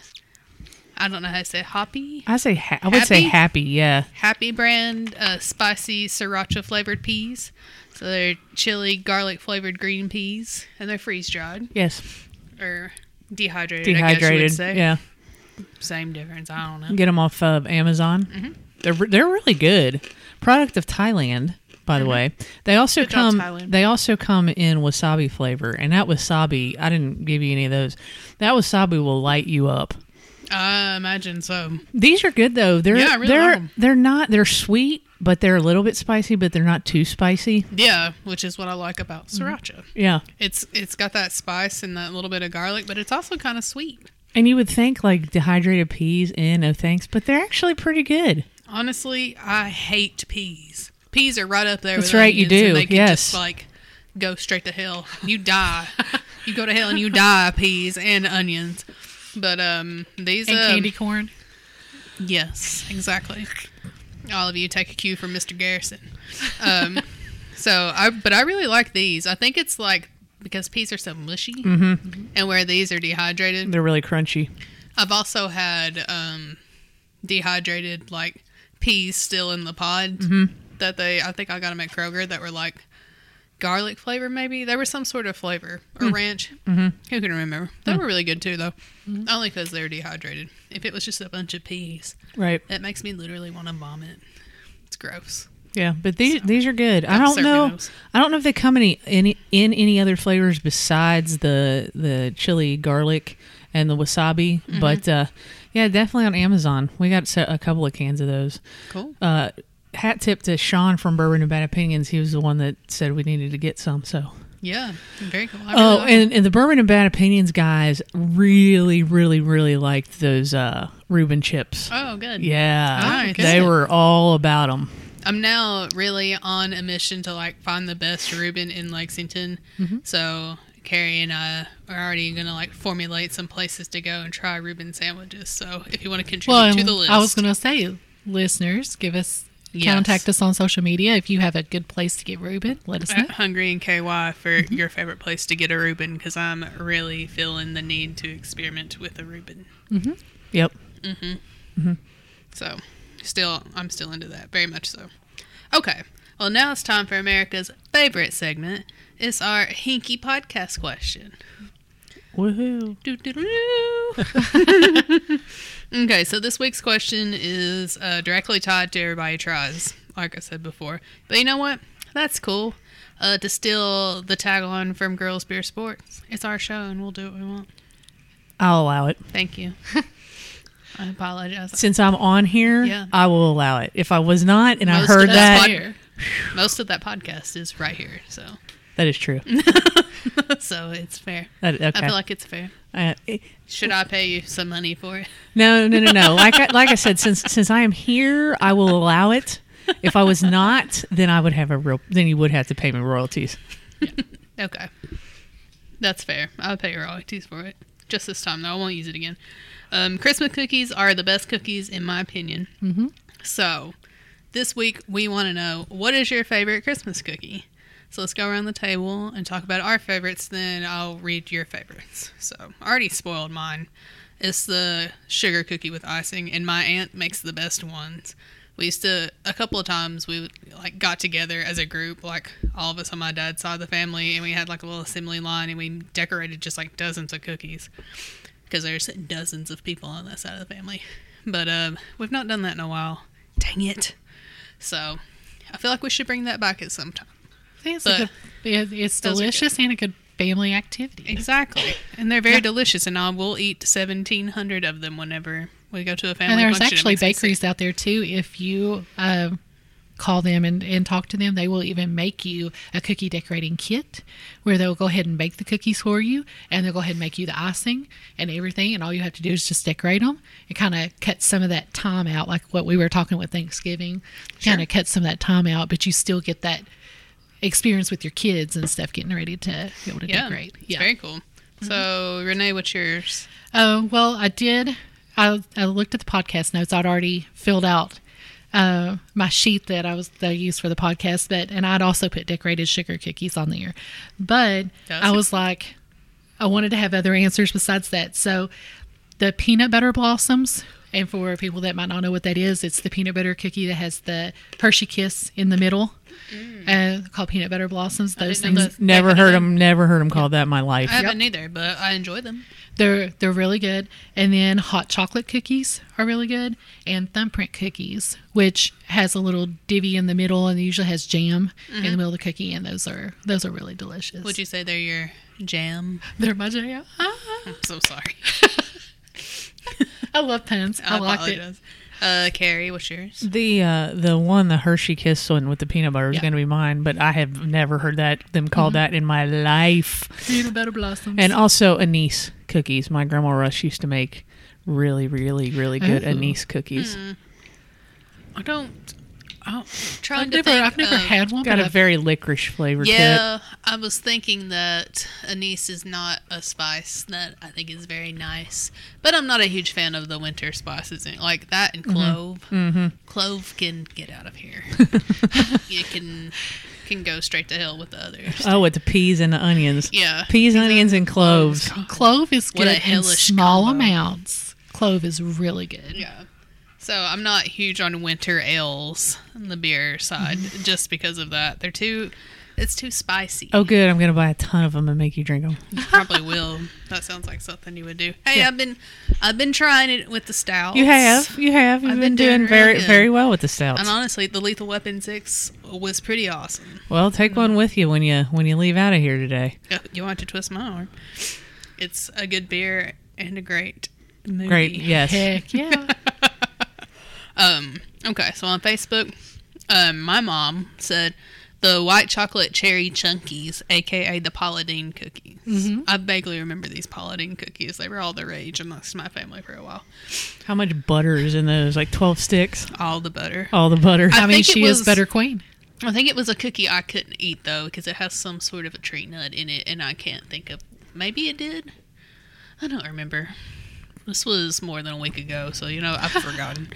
Speaker 1: I don't know how to say hoppy.
Speaker 3: I say ha- I would say
Speaker 1: Happy?
Speaker 3: happy. Yeah.
Speaker 1: Happy brand uh, spicy sriracha flavored peas. So they're chili garlic flavored green peas, and they're freeze dried
Speaker 3: Yes.
Speaker 1: or dehydrated. I guess you would
Speaker 3: Dehydrated.
Speaker 1: say.
Speaker 3: Yeah.
Speaker 1: Same difference. I don't know. Mm-hmm.
Speaker 3: Get them off of Amazon. They're they're really good. Product of Thailand, by the way. They also
Speaker 1: Mm-hmm. job,
Speaker 3: come
Speaker 1: Thailand.
Speaker 3: they also come in wasabi flavor, and that wasabi I didn't give you any of those. That wasabi will light you up.
Speaker 1: I imagine so.
Speaker 3: These are good though. They're
Speaker 1: Yeah, I really
Speaker 3: they're
Speaker 1: like 'em.
Speaker 3: they're not they're sweet, but they're a little bit spicy, but they're not too spicy.
Speaker 1: Yeah, which is what I like about
Speaker 3: Mm-hmm.
Speaker 1: sriracha.
Speaker 3: Yeah.
Speaker 1: It's it's got that spice and that little bit of garlic, but it's also kind of sweet.
Speaker 3: And you would think like dehydrated peas, eh, no thanks, but they're actually pretty good.
Speaker 1: Honestly, I hate peas. Peas are right up there.
Speaker 3: That's
Speaker 1: with
Speaker 3: right, you
Speaker 1: onions,
Speaker 3: do,
Speaker 1: And they can
Speaker 3: yes.
Speaker 1: just like go straight to hell. You die. you go to hell and you die. Peas and onions. But um, these
Speaker 2: and
Speaker 1: um,
Speaker 2: candy corn.
Speaker 1: Yes, exactly. All of you take a cue from Mr. Garrison. Um, so I, but I really like these. I think it's like because peas are so mushy,
Speaker 3: Mm-hmm.
Speaker 1: and where these are dehydrated.
Speaker 3: They're really crunchy.
Speaker 1: I've also had um, dehydrated like peas still in the pod
Speaker 3: Mm-hmm.
Speaker 1: that they. I think I got them at Kroger that were like garlic flavor. Maybe there was some sort of flavor or
Speaker 3: Hmm.
Speaker 1: ranch.
Speaker 3: Mm-hmm.
Speaker 1: Who can remember? They were really good too, though. Only because they were dehydrated. If it was just a bunch of peas.
Speaker 3: Right.
Speaker 1: It makes me literally want to vomit. It's gross.
Speaker 3: Yeah, but these these are good. I
Speaker 1: Gotta
Speaker 3: don't
Speaker 1: serve me
Speaker 3: know.
Speaker 1: those.
Speaker 3: I don't know if they come any, any in any other flavors besides the the chili garlic and the wasabi. But uh, yeah, definitely on Amazon. We got se- a couple of cans of those.
Speaker 1: Cool.
Speaker 3: Uh, hat tip to Sean from Bourbon and Bad Opinions. He was the one that said we needed to get some. So
Speaker 1: Yeah, very cool. I really
Speaker 3: oh,
Speaker 1: like it.
Speaker 3: and, and the Bourbon and Bad Opinions guys really, really, really liked those uh, Reuben chips.
Speaker 1: oh, good.
Speaker 3: Yeah,
Speaker 1: Nice.
Speaker 3: they
Speaker 1: Good.
Speaker 3: were all about them.
Speaker 1: I'm now really on a mission to like find the best Reuben in Lexington.
Speaker 2: Mm-hmm.
Speaker 1: So Carrie and I are already gonna like formulate some places to go and try Reuben sandwiches. So if you want to contribute
Speaker 2: Well,
Speaker 1: to the list,
Speaker 2: I was going to say, listeners, give us
Speaker 1: Yes.
Speaker 2: contact us on social media if you have a good place to get Reuben. Let us know.
Speaker 1: at uh, Hungry and KY for
Speaker 2: Mm-hmm.
Speaker 1: your favorite place to get a Reuben because I'm really feeling the need to experiment with a Reuben.
Speaker 3: Yep.
Speaker 1: So, still, I'm still into that very much so. Okay, well now it's time for America's favorite segment. It's our hinky podcast question.
Speaker 3: Woohoo.
Speaker 1: Doo-doo-doo. okay, so this week's question is uh, directly tied to everybody tries, like I said before. But you know what? That's cool. Uh, to steal the tagline from Girls Beer Sports, it's our show and we'll do what we want.
Speaker 3: I'll allow it.
Speaker 1: Thank you. I apologize.
Speaker 3: Since I'm on here,
Speaker 1: Yeah.
Speaker 3: I will allow it. If I was not and I
Speaker 1: Most
Speaker 3: heard
Speaker 1: of that's
Speaker 3: that,
Speaker 1: fine. Most of that podcast is right here, so
Speaker 3: that is true.
Speaker 1: so it's fair.
Speaker 3: That, okay.
Speaker 1: I feel like it's fair.
Speaker 3: Uh, eh,
Speaker 1: Should I pay you some money for it?
Speaker 3: no, no, no, no. Like I, like I said, since since I am here, I will allow it. If I was not, then I would have a real. Then you would have to pay me royalties.
Speaker 1: Okay. That's fair. I'll pay your royalties for it. Just this time, though. I won't use it again. Um, Christmas cookies are the best cookies, in my opinion. Mm-hmm. So, this week, we want to know what is your favorite Christmas cookie? So, let's go around the table and talk about our favorites, then I'll read your favorites. So, I already spoiled mine. It's the sugar cookie with icing, and my aunt makes the best ones. We used to a couple of times we like got together as a group, like all of us on my dad's side of the family, and we had like a little assembly line, and we decorated just like dozens of cookies because there's dozens of people on that side of the family. But um, we've not done that in a while. Dang it! So I feel like we should bring that back at some time.
Speaker 2: I think it's,
Speaker 1: But
Speaker 2: a good, it- it's
Speaker 1: those are good.
Speaker 2: delicious and a good family activity.
Speaker 1: Exactly, and they're very delicious, and I will eat seventeen hundred of them whenever we go to a family.
Speaker 2: And there's
Speaker 1: function. It
Speaker 2: actually
Speaker 1: makes me sick.
Speaker 2: bakeries out there too. If you um, call them and, and talk to them, they will even make you a cookie decorating kit where they'll go ahead and bake the cookies for you and they'll go ahead and make you the icing and everything. And all you have to do is just decorate them. It kind of cuts some of that time out, like what we were talking with Thanksgiving, kind of cuts some of that time out, but you still get that experience with your kids and stuff getting ready to be able to
Speaker 1: Yeah,
Speaker 2: decorate.
Speaker 1: It's very cool.
Speaker 2: Mm-hmm.
Speaker 1: So Renee, what's yours?
Speaker 2: Oh, well, I did. I, I looked at the podcast notes. I'd already filled out uh, my sheet that I was that I used for the podcast, but and I'd also put decorated sugar cookies on there. But
Speaker 1: That's
Speaker 2: I was like, I wanted to have other answers besides that. So the peanut butter blossoms. And for people that might not know what that is, it's the peanut butter cookie that has the Hershey Kiss in the middle, uh, called peanut butter blossoms. Those
Speaker 1: Mm. didn't know
Speaker 2: things
Speaker 1: that. Uh,
Speaker 3: Never heard them. Never heard them called that in my life.
Speaker 1: I haven't either, but I enjoy them.
Speaker 2: They're they're really good. And then hot chocolate cookies are really good, and thumbprint cookies, which has a little divvy in the middle, and usually has jam in the middle of the cookie, and those are those are really delicious.
Speaker 1: Mm-hmm. Would you say they're your jam?
Speaker 2: they're my jam. Ah,
Speaker 1: I'm so sorry.
Speaker 2: I love puns. I,
Speaker 1: I,
Speaker 2: liked it.
Speaker 1: apologize. Uh, Carrie, what's yours?
Speaker 3: The uh, the one the Hershey Kiss one with the peanut butter is
Speaker 2: Yeah.
Speaker 3: going to be mine, but I have never heard that them called
Speaker 1: Mm-hmm.
Speaker 3: that in my life.
Speaker 2: Peanut butter blossoms.
Speaker 3: And also anise cookies. My grandma Rush used to make really, really, really good
Speaker 2: Ooh.
Speaker 3: anise cookies.
Speaker 1: I don't. Oh, trying
Speaker 2: I've
Speaker 1: to
Speaker 2: never,
Speaker 1: think
Speaker 2: I've never
Speaker 1: of-
Speaker 2: had one.
Speaker 3: Got
Speaker 2: but
Speaker 3: a
Speaker 2: I've-
Speaker 3: very licorice flavor to it.
Speaker 1: Yeah, I was thinking that anise is not a spice that I think is very nice, but I'm not a huge fan of the winter spices and- like that
Speaker 3: Mm-hmm.
Speaker 1: and clove. Clove can get out of here. it can can go straight to hell with the others.
Speaker 3: Oh, with the peas and the onions.
Speaker 1: Yeah.
Speaker 3: Peas, onions, and cloves.
Speaker 2: Clove is
Speaker 1: What
Speaker 2: good
Speaker 1: a
Speaker 2: in
Speaker 1: hellish
Speaker 2: small
Speaker 1: combo.
Speaker 2: amounts. Clove is really good.
Speaker 1: Yeah. So I'm not huge on winter ales on the beer side just because of that. They're too it's too spicy.
Speaker 3: Mm-hmm. Oh, good. I'm going to buy a ton of them and make you drink them.
Speaker 1: You probably will. That sounds like something you would do. Hey, I've been I've been trying it with the stouts.
Speaker 3: You have. You have. You've
Speaker 1: I've been
Speaker 3: been,
Speaker 1: doing
Speaker 3: doing very,
Speaker 1: really good.
Speaker 3: very well with the stouts.
Speaker 1: And honestly, the Lethal Weapon 6 was pretty awesome.
Speaker 3: Well, take one with you when you when you leave out of here today.
Speaker 1: Yeah, You want to twist my arm? It's a good beer and a great movie.
Speaker 3: Great. Yes.
Speaker 2: Heck yeah.
Speaker 1: Um, okay, so on Facebook, um, my mom said the white chocolate cherry chunkies, aka the Paladine cookies. I vaguely remember these Paladine cookies. They were all the rage amongst my family for a while.
Speaker 3: How much butter is in those? Like 12 sticks?
Speaker 1: All the butter.
Speaker 3: All the butter.
Speaker 1: I
Speaker 2: I, mean,
Speaker 1: think it
Speaker 2: she
Speaker 1: was-
Speaker 2: is better queen.
Speaker 1: I think it was a cookie I couldn't eat though because it has some sort of a tree nut in it, and I can't think of. Maybe it did. I don't remember. This was more than a week ago, so you know I've forgotten.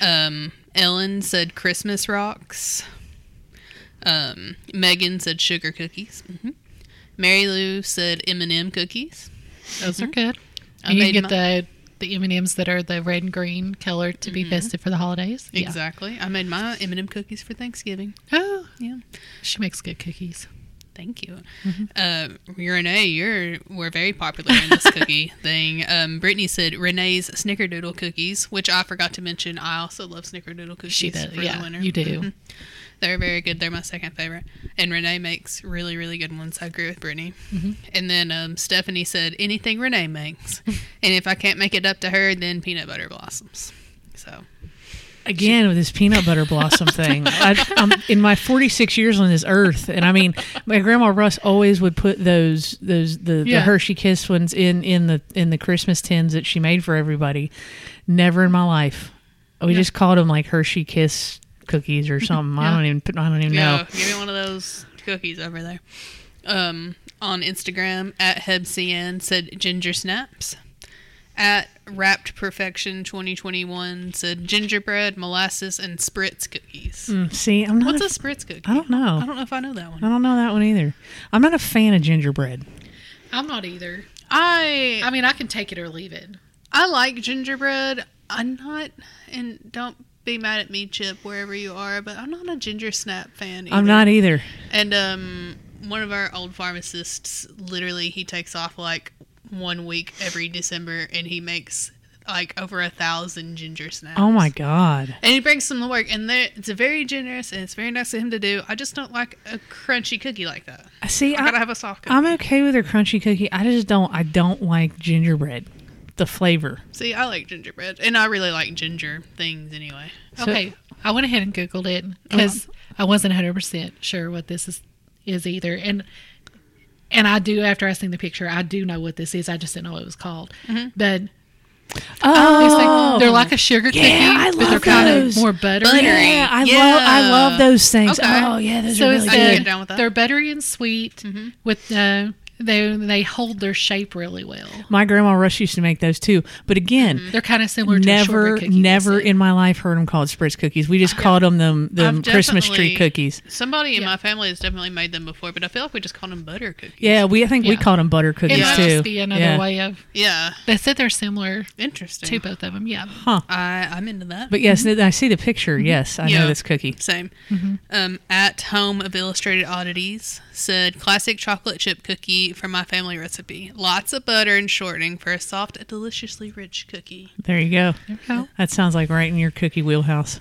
Speaker 1: Um, Ellen said Christmas rocks. Um, Megan said sugar cookies. hmm Mary Lou said M and m cookies.
Speaker 2: Those are good.
Speaker 1: I
Speaker 2: Mm-hmm. And you
Speaker 1: made
Speaker 2: can get
Speaker 1: my-
Speaker 2: the the M and M's that are the red and green color to be festive for the holidays. Yeah.
Speaker 1: Exactly. I made my M and m cookies for Thanksgiving.
Speaker 2: Oh,
Speaker 1: Yeah.
Speaker 2: she makes good cookies.
Speaker 1: Thank you.
Speaker 2: Mm-hmm.
Speaker 1: Uh, Renee, you're we're very popular in this cookie thing. Um, Brittany said Renee's snickerdoodle cookies, which I forgot to mention. I also love snickerdoodle cookies
Speaker 2: She does.
Speaker 1: for the
Speaker 2: Yeah,
Speaker 1: winter.
Speaker 2: you do.
Speaker 1: Mhm. They're very good. They're my second favorite. And Renee makes really, really good ones. I agree with Brittany.
Speaker 2: Mm-hmm.
Speaker 1: And then um, Stephanie said anything Renee makes. and if I can't make it up to her, then peanut butter blossoms. So
Speaker 3: Again with this peanut butter blossom thing. I, I'm in my 46 years on this earth, and I mean, my grandma Russ always would put those those the,
Speaker 2: Yeah.
Speaker 3: the Hershey Kiss ones in in the in the Christmas tins that she made for everybody. Never in my life. We just called them like Hershey Kiss cookies or something. I
Speaker 2: Yeah.
Speaker 3: don't even I don't even
Speaker 1: No,
Speaker 3: know.
Speaker 1: give me one of those cookies over there. Um, on Instagram at HebCN said ginger snaps. At Wrapped Perfection 2021 said gingerbread, molasses, and spritz cookies.
Speaker 3: Mm, See, I'm not.
Speaker 1: What's
Speaker 3: a-
Speaker 1: a spritz cookie?
Speaker 3: I don't know.
Speaker 1: I don't know if I know that
Speaker 3: I
Speaker 1: one.
Speaker 3: don't know that one either. I'm not a fan of gingerbread.
Speaker 2: I'm not either.
Speaker 1: I
Speaker 2: I mean, I can take it or leave it.
Speaker 1: I like gingerbread. I'm not, and don't be mad at me, Chip, wherever you are, but I'm not a ginger snap fan. Either.
Speaker 3: I'm not either.
Speaker 1: And um, one of our old pharmacists, literally, he takes off like one week every December, and he makes like over a thousand ginger snaps.
Speaker 3: Oh my god.
Speaker 1: And he brings them to work, and they're- it's very generous, and it's very nice of him to do. I just don't like a crunchy cookie like that.
Speaker 3: See,
Speaker 1: I gotta have a soft cookie.
Speaker 3: I'm okay with a crunchy cookie. I just don't. I don't like gingerbread, the flavor.
Speaker 1: See, I like gingerbread, and I really like ginger things anyway.
Speaker 3: So-
Speaker 2: okay, I went ahead and googled it because I wasn't 100 percent sure what this is is either, and and I do after I seen the picture, I do know what this is. I just didn't know what it was called, but it's like-
Speaker 3: Oh,
Speaker 2: they're like a sugar
Speaker 3: Yeah,
Speaker 2: cookie,
Speaker 3: I
Speaker 2: but they're
Speaker 3: love
Speaker 2: kind of
Speaker 3: those.
Speaker 2: more buttery.
Speaker 1: Buttery.
Speaker 3: yeah, I
Speaker 1: Yeah.
Speaker 3: love. I love those things.
Speaker 1: Okay.
Speaker 3: Oh yeah, those
Speaker 2: So
Speaker 3: are
Speaker 2: it's
Speaker 3: really
Speaker 1: I can
Speaker 2: good.
Speaker 1: get
Speaker 3: good.
Speaker 1: down with that. Mm-hmm.
Speaker 2: They're buttery and sweet with uh, they they hold their shape really well.
Speaker 3: My grandma Rush used to make those too. But again,
Speaker 2: They're kind of similar to a
Speaker 3: never,
Speaker 2: shortbread cookie.
Speaker 3: never
Speaker 2: isn't it?
Speaker 3: in my life heard them called spritz cookies. We just called them them, them
Speaker 1: I've
Speaker 3: Christmas tree
Speaker 1: definitely-
Speaker 3: cookies.
Speaker 1: Somebody in
Speaker 2: Yeah.
Speaker 1: my family has definitely made them before, but I feel like we just call them butter cookies.
Speaker 3: Yeah, we I think we
Speaker 2: Yeah.
Speaker 3: called them butter
Speaker 2: It
Speaker 3: cookies
Speaker 2: might
Speaker 3: too.
Speaker 2: just be another
Speaker 3: yeah.
Speaker 2: way of.
Speaker 1: Yeah,
Speaker 2: They said they're similar
Speaker 1: interesting.
Speaker 2: to both of them. Yeah.
Speaker 1: I I'm into that.
Speaker 3: But yes, I see the picture. Yes, I
Speaker 1: Yeah.
Speaker 3: know this cookie.
Speaker 1: Same.
Speaker 2: Mm-hmm.
Speaker 1: Um, at Home of Illustrated Oddities said classic chocolate chip cookie treat from my family recipe. Lots of butter and shortening for a soft, deliciously rich cookie.
Speaker 3: There you go.
Speaker 2: go.
Speaker 3: That sounds like right in your cookie wheelhouse.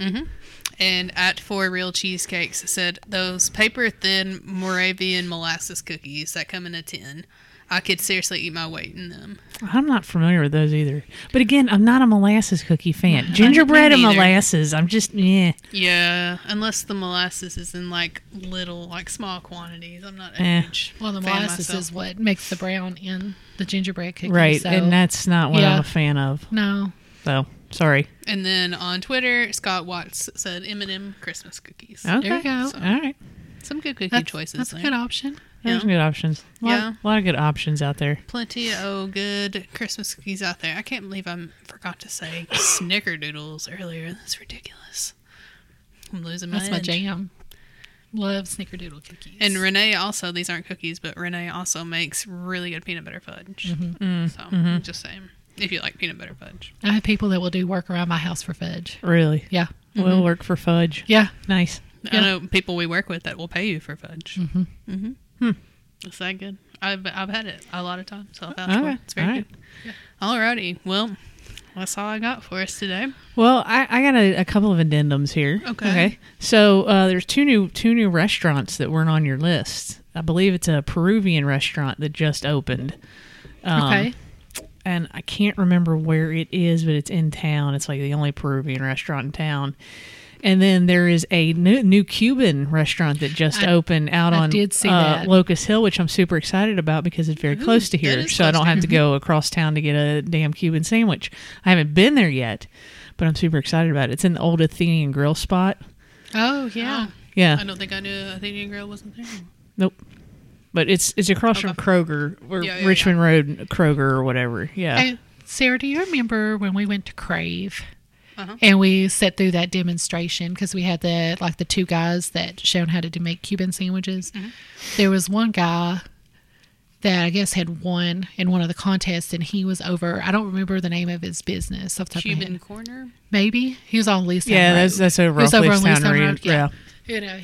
Speaker 1: And at Four Real Cheesecakes, it said those paper thin Moravian molasses cookies that come in a tin. I could seriously eat my weight in them.
Speaker 3: I'm not familiar with those either. But again, I'm not a molasses cookie fan. Gingerbread and
Speaker 1: neither.
Speaker 3: molasses. I'm just yeah.
Speaker 1: Yeah, unless the molasses is in like little, like small quantities. I'm not a
Speaker 3: Eh.
Speaker 1: huge
Speaker 2: Well, the
Speaker 1: fan
Speaker 2: molasses
Speaker 1: myself.
Speaker 2: is what makes the brown in the gingerbread cookie.
Speaker 3: Right.
Speaker 2: so-
Speaker 3: and that's not what I'm
Speaker 2: Yeah.
Speaker 3: a fan of.
Speaker 2: no.
Speaker 3: So sorry.
Speaker 1: And then on Twitter, Scott Watts said M&M Christmas cookies.
Speaker 3: Okay.
Speaker 2: you go.
Speaker 3: All right.
Speaker 1: Some good cookie
Speaker 2: Oh. That's,
Speaker 1: choices.
Speaker 2: that's a
Speaker 1: there.
Speaker 2: good option.
Speaker 3: There's
Speaker 1: Yeah.
Speaker 3: some good options. A lot,
Speaker 1: Yeah.
Speaker 3: a lot of good options out there.
Speaker 1: Plenty of good Christmas cookies out there. I can't believe I forgot to say snickerdoodles earlier. That's ridiculous. I'm losing my
Speaker 2: That's my
Speaker 1: edge.
Speaker 2: jam. Love snickerdoodle cookies.
Speaker 1: And Renee also, these aren't cookies, but Renee also makes really good peanut butter fudge.
Speaker 2: Mm-hmm.
Speaker 1: So just saying, if you like peanut butter fudge.
Speaker 2: I have people that will do work around my house for fudge.
Speaker 3: Really.
Speaker 2: Yeah.
Speaker 3: We'll work for fudge.
Speaker 2: Yeah.
Speaker 3: Nice.
Speaker 1: I know people we work with that will pay you for fudge. Mm-hmm. Mm-hmm. Is that good? I've, I've had it a lot of times, so I'll vouch
Speaker 3: All
Speaker 1: for it.
Speaker 3: right,
Speaker 1: It's very
Speaker 3: all right.
Speaker 1: good. Alrighty, well, that's all I got for us today.
Speaker 3: Well, I, I got a, a couple of addendums here.
Speaker 1: Okay.
Speaker 3: So uh, there's two new two new restaurants that weren't on your list. I believe it's a Peruvian restaurant that just opened. Um,
Speaker 2: Okay.
Speaker 3: and I can't remember where it is, but it's in town. It's like the only Peruvian restaurant in town. And then there is a new, new Cuban restaurant that just
Speaker 2: I-
Speaker 3: opened out
Speaker 2: I
Speaker 3: on
Speaker 2: did see
Speaker 3: uh,
Speaker 2: that.
Speaker 3: Locust Hill, which I'm super excited about because it's very close to
Speaker 1: that
Speaker 3: here.
Speaker 1: is
Speaker 3: So I
Speaker 1: close
Speaker 3: don't
Speaker 1: to
Speaker 3: have to go across town to get a damn Cuban sandwich. I haven't been there yet, but I'm super excited about it. It's in the old Athenian grill spot.
Speaker 2: Oh, yeah.
Speaker 3: Yeah.
Speaker 1: I don't think I knew Athenian Grill wasn't there.
Speaker 3: Nope. But it's it's across from Kroger or
Speaker 1: Yeah, yeah,
Speaker 3: Richmond Road Kroger or whatever. Yeah.
Speaker 2: Hey, Sarah, do you remember when we went to Crave?
Speaker 1: Uh-huh.
Speaker 2: And we sat through that demonstration because we had the like the two guys that shown how to do, make Cuban sandwiches.
Speaker 1: Mm-hmm.
Speaker 2: There was one guy that I guess had won in one of the contests, and he was over. I don't remember the name of his business. Off the top of my
Speaker 1: Cuban
Speaker 2: head.
Speaker 1: Corner.
Speaker 2: maybe he was on Leestown.
Speaker 3: Yeah,
Speaker 2: Road.
Speaker 3: that's- that's over
Speaker 2: He was
Speaker 3: off
Speaker 2: over on
Speaker 3: Leestown
Speaker 2: Leestown
Speaker 3: Road,
Speaker 2: Road. Yeah. you know,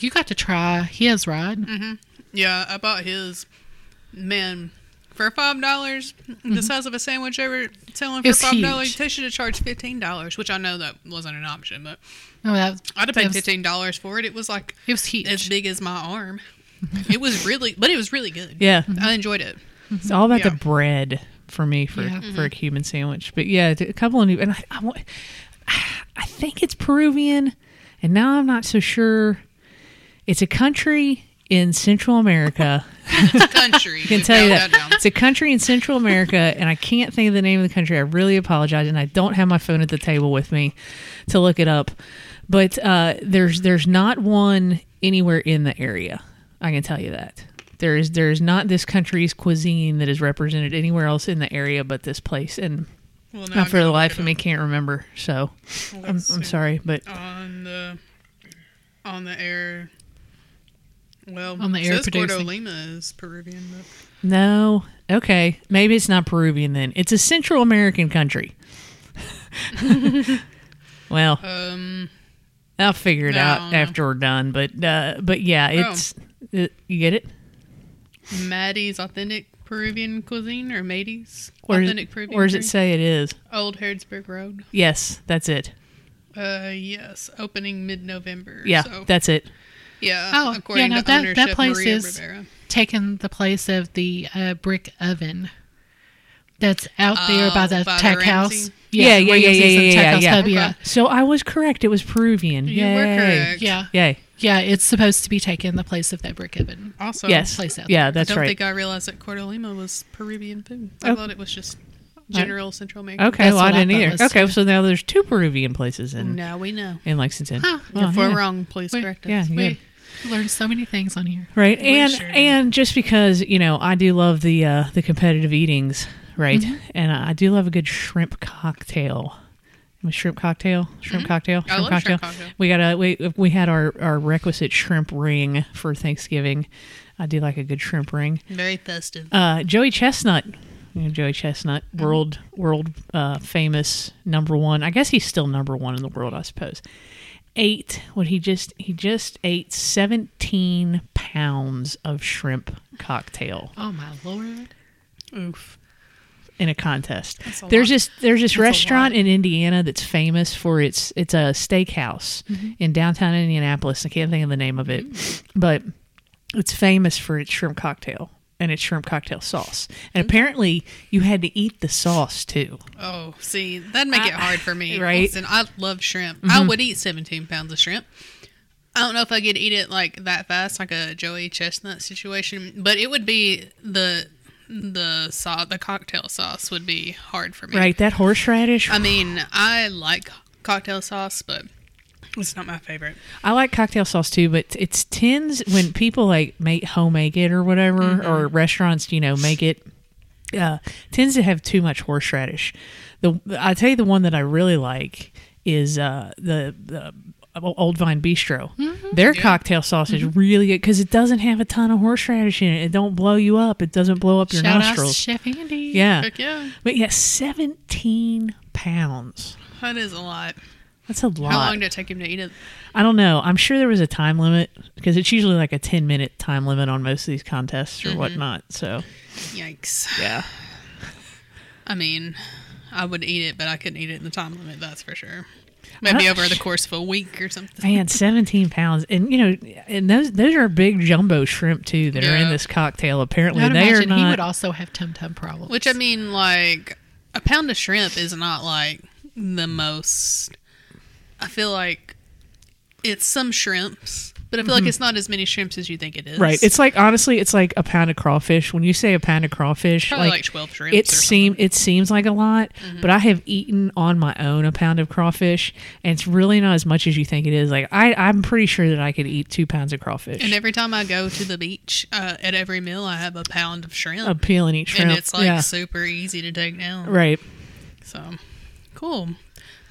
Speaker 2: you got to try his right.
Speaker 1: Mm-hmm. Yeah, I bought his. Man, for five dollars, the size of a sandwich ever selling for
Speaker 2: It's
Speaker 1: five dollars,
Speaker 2: huge.
Speaker 1: they should have charged fifteen dollars, which I know that wasn't an option, but
Speaker 2: Oh, that was,
Speaker 1: I'd have paid
Speaker 2: that was-
Speaker 1: fifteen dollars for it. It was like
Speaker 2: It was huge.
Speaker 1: as big as my arm. it was really, but it was really good.
Speaker 3: Yeah.
Speaker 1: I enjoyed it.
Speaker 3: It's all about
Speaker 1: Yeah.
Speaker 3: the bread for me for
Speaker 2: Yeah.
Speaker 3: for a Cuban sandwich. But yeah, a couple of new and I, I, wa- I think it's Peruvian, and now I'm not so sure. It's a country in Central America.
Speaker 1: Country,
Speaker 3: I can tell you that it's a country in Central America, and I can't think of the name of the country. I really apologize, and I don't have my phone at the table with me to look it up. But uh, there's there's not one anywhere in the area. I can tell you that there is there is not this country's cuisine that is represented anywhere else in the area but this place, and
Speaker 1: Well,
Speaker 3: I
Speaker 1: now I'm
Speaker 3: for
Speaker 1: gonna
Speaker 3: the
Speaker 1: look
Speaker 3: life
Speaker 1: it
Speaker 3: of me can't remember. So
Speaker 1: up.
Speaker 3: I'm,
Speaker 1: Let's
Speaker 3: I'm
Speaker 1: see.
Speaker 3: sorry, but
Speaker 1: on the on the air. Well,
Speaker 2: On the
Speaker 1: it
Speaker 2: air
Speaker 1: says Gordo
Speaker 2: producing.
Speaker 1: Lima is Peruvian. But
Speaker 3: no. Okay, maybe it's not Peruvian then. It's a Central American country. well,
Speaker 1: um,
Speaker 3: I'll figure it
Speaker 1: No,
Speaker 3: out
Speaker 1: no. Oh.
Speaker 3: after we're done. But uh, but yeah, it's uh, you get it.
Speaker 1: Maddie's authentic Peruvian cuisine or Maddie's
Speaker 3: Where, is-
Speaker 1: authentic Peruvian.
Speaker 3: where does it
Speaker 1: cuisine?
Speaker 3: say it is?
Speaker 1: Old Herdsburg Road.
Speaker 3: Yes, that's it.
Speaker 1: Uh, yes, opening mid-November.
Speaker 3: Yeah,
Speaker 1: so,
Speaker 3: that's it.
Speaker 1: yeah.
Speaker 2: Oh, yeah,
Speaker 1: according
Speaker 2: no,
Speaker 1: to
Speaker 2: that-
Speaker 1: ownership,
Speaker 2: that place
Speaker 1: Maria
Speaker 2: is-
Speaker 1: Rivera.
Speaker 2: taken the place of the uh, brick oven that's out there by
Speaker 1: Oh,
Speaker 2: the
Speaker 1: by the
Speaker 2: tack house.
Speaker 1: Ramsey?
Speaker 3: Yeah, yeah, yeah,
Speaker 2: Ramsey's
Speaker 3: yeah,
Speaker 2: and
Speaker 3: yeah,
Speaker 2: Tack
Speaker 3: yeah,
Speaker 2: House
Speaker 3: yeah.
Speaker 2: Pub, yeah.
Speaker 1: Okay.
Speaker 3: So I was correct. It was Peruvian.
Speaker 1: You were
Speaker 3: Yay.
Speaker 1: correct.
Speaker 2: Yeah.
Speaker 3: Yay.
Speaker 2: Yeah, it's supposed to be taking the place of that brick oven.
Speaker 1: Also,
Speaker 3: yes.
Speaker 2: place out
Speaker 3: Yeah,
Speaker 2: there.
Speaker 1: I
Speaker 3: that's
Speaker 1: don't
Speaker 3: right.
Speaker 1: think I realized that Cordo Lima was Peruvian food. I
Speaker 3: Oh.
Speaker 1: thought it was just general Central American.
Speaker 3: okay,
Speaker 2: that's
Speaker 3: well I
Speaker 2: what I
Speaker 3: didn't
Speaker 2: thought
Speaker 3: either.
Speaker 2: was-
Speaker 3: Okay, so now there's two Peruvian places in
Speaker 1: Now we know.
Speaker 3: in Lexington.
Speaker 2: Huh.
Speaker 3: Well,
Speaker 1: if we're
Speaker 3: Oh, yeah.
Speaker 1: wrong, please
Speaker 2: Wait,
Speaker 1: correct us.
Speaker 3: Yeah, you
Speaker 2: We
Speaker 3: did.
Speaker 2: learned so many things on here.
Speaker 3: right and
Speaker 1: sure do.
Speaker 3: and just because you know i do love the uh the competitive eatings right
Speaker 1: Mm-hmm.
Speaker 3: and i do love a good shrimp cocktail A shrimp cocktail shrimp cocktail shrimp,
Speaker 1: Mm-hmm. I love shrimp cocktail.
Speaker 3: we got a we, we had our our requisite shrimp ring for thanksgiving i do like a good shrimp ring
Speaker 1: Very festive.
Speaker 3: uh joey chestnut you know, Joey Chestnut, world world uh, famous number one. I guess he's still number one in the world, I suppose. ate what he just he just ate 17 pounds of shrimp cocktail
Speaker 2: Oh my lord.
Speaker 1: Oof.
Speaker 3: in a contest.
Speaker 1: a
Speaker 3: There's
Speaker 1: lot.
Speaker 3: this there's this
Speaker 2: a
Speaker 3: restaurant in Indiana that's famous for its it's a steakhouse
Speaker 1: Mm-hmm.
Speaker 3: in downtown Indianapolis. I can't think of the name of it, but it's famous for its shrimp cocktail and its shrimp cocktail sauce. And apparently, you had to eat the sauce too.
Speaker 1: Oh, see, that'd make it
Speaker 3: I-
Speaker 1: hard for me.
Speaker 3: right? Mm-hmm.
Speaker 1: Listen, I love shrimp. I would eat 17 pounds of shrimp. I don't know if I could eat it like that fast, like a Joey Chestnut situation, but it would be the the sauce, the cocktail sauce would be hard for me.
Speaker 3: Right, that horseradish.
Speaker 1: I mean, I like cocktail sauce, but it's not my favorite.
Speaker 3: I like cocktail sauce too, but it's tends when people like make homemade it or whatever,
Speaker 2: Mm-hmm.
Speaker 3: or restaurants, you know, make it. Uh, tends to have too much horseradish. The I tell you, the one that I really like is uh, the the uh, Old Vine Bistro.
Speaker 2: Mm-hmm.
Speaker 3: Their cocktail sauce is really good because it doesn't have a ton of horseradish in it. It don't blow you up. It doesn't blow up your
Speaker 2: Shout out to
Speaker 3: nostrils.
Speaker 2: Chef Andy.
Speaker 3: yeah,
Speaker 1: Heck yeah,
Speaker 3: but yeah, seventeen pounds.
Speaker 1: that is a lot.
Speaker 3: That's a lot.
Speaker 1: How long did it take him to eat it?
Speaker 3: I don't know. I'm sure there was a time limit because it's usually like a 10 minute time limit on most of these contests or
Speaker 1: Mm-hmm.
Speaker 3: whatnot. So,
Speaker 1: Yikes.
Speaker 3: yeah.
Speaker 1: I mean, I would eat it, but I couldn't eat it in the time limit. That's for sure. Maybe
Speaker 3: don't-
Speaker 1: over the course of a week or something.
Speaker 3: Man, 17 pounds. And, you know, and those those are big jumbo shrimp, too, that are in
Speaker 1: Yeah.
Speaker 3: this cocktail. Apparently,
Speaker 2: I'd
Speaker 3: they are
Speaker 2: imagine
Speaker 3: not.
Speaker 2: he would also have tum tum problems.
Speaker 1: Which I mean, like a pound of shrimp is not like the most. I feel like it's some shrimps, but I feel like it's not as many shrimps as you think it is.
Speaker 3: Mm-hmm. right. It's like, honestly, it's like a pound of crawfish. When you say a pound of crawfish,
Speaker 1: probably like,
Speaker 3: like
Speaker 1: twelve shrimps.
Speaker 3: it
Speaker 1: or Mm-hmm.
Speaker 3: seem it seems like a lot, but I have eaten on my own a pound of crawfish, and it's really not as much as you think it is. Like I, I'm pretty sure that I could eat two pounds of crawfish,
Speaker 1: And every time I go to the beach, uh, at every meal I have a pound of shrimp,
Speaker 3: a peel in each shrimp.
Speaker 1: and it's like
Speaker 3: yeah.
Speaker 1: super easy to take down.
Speaker 3: right.
Speaker 1: So, cool.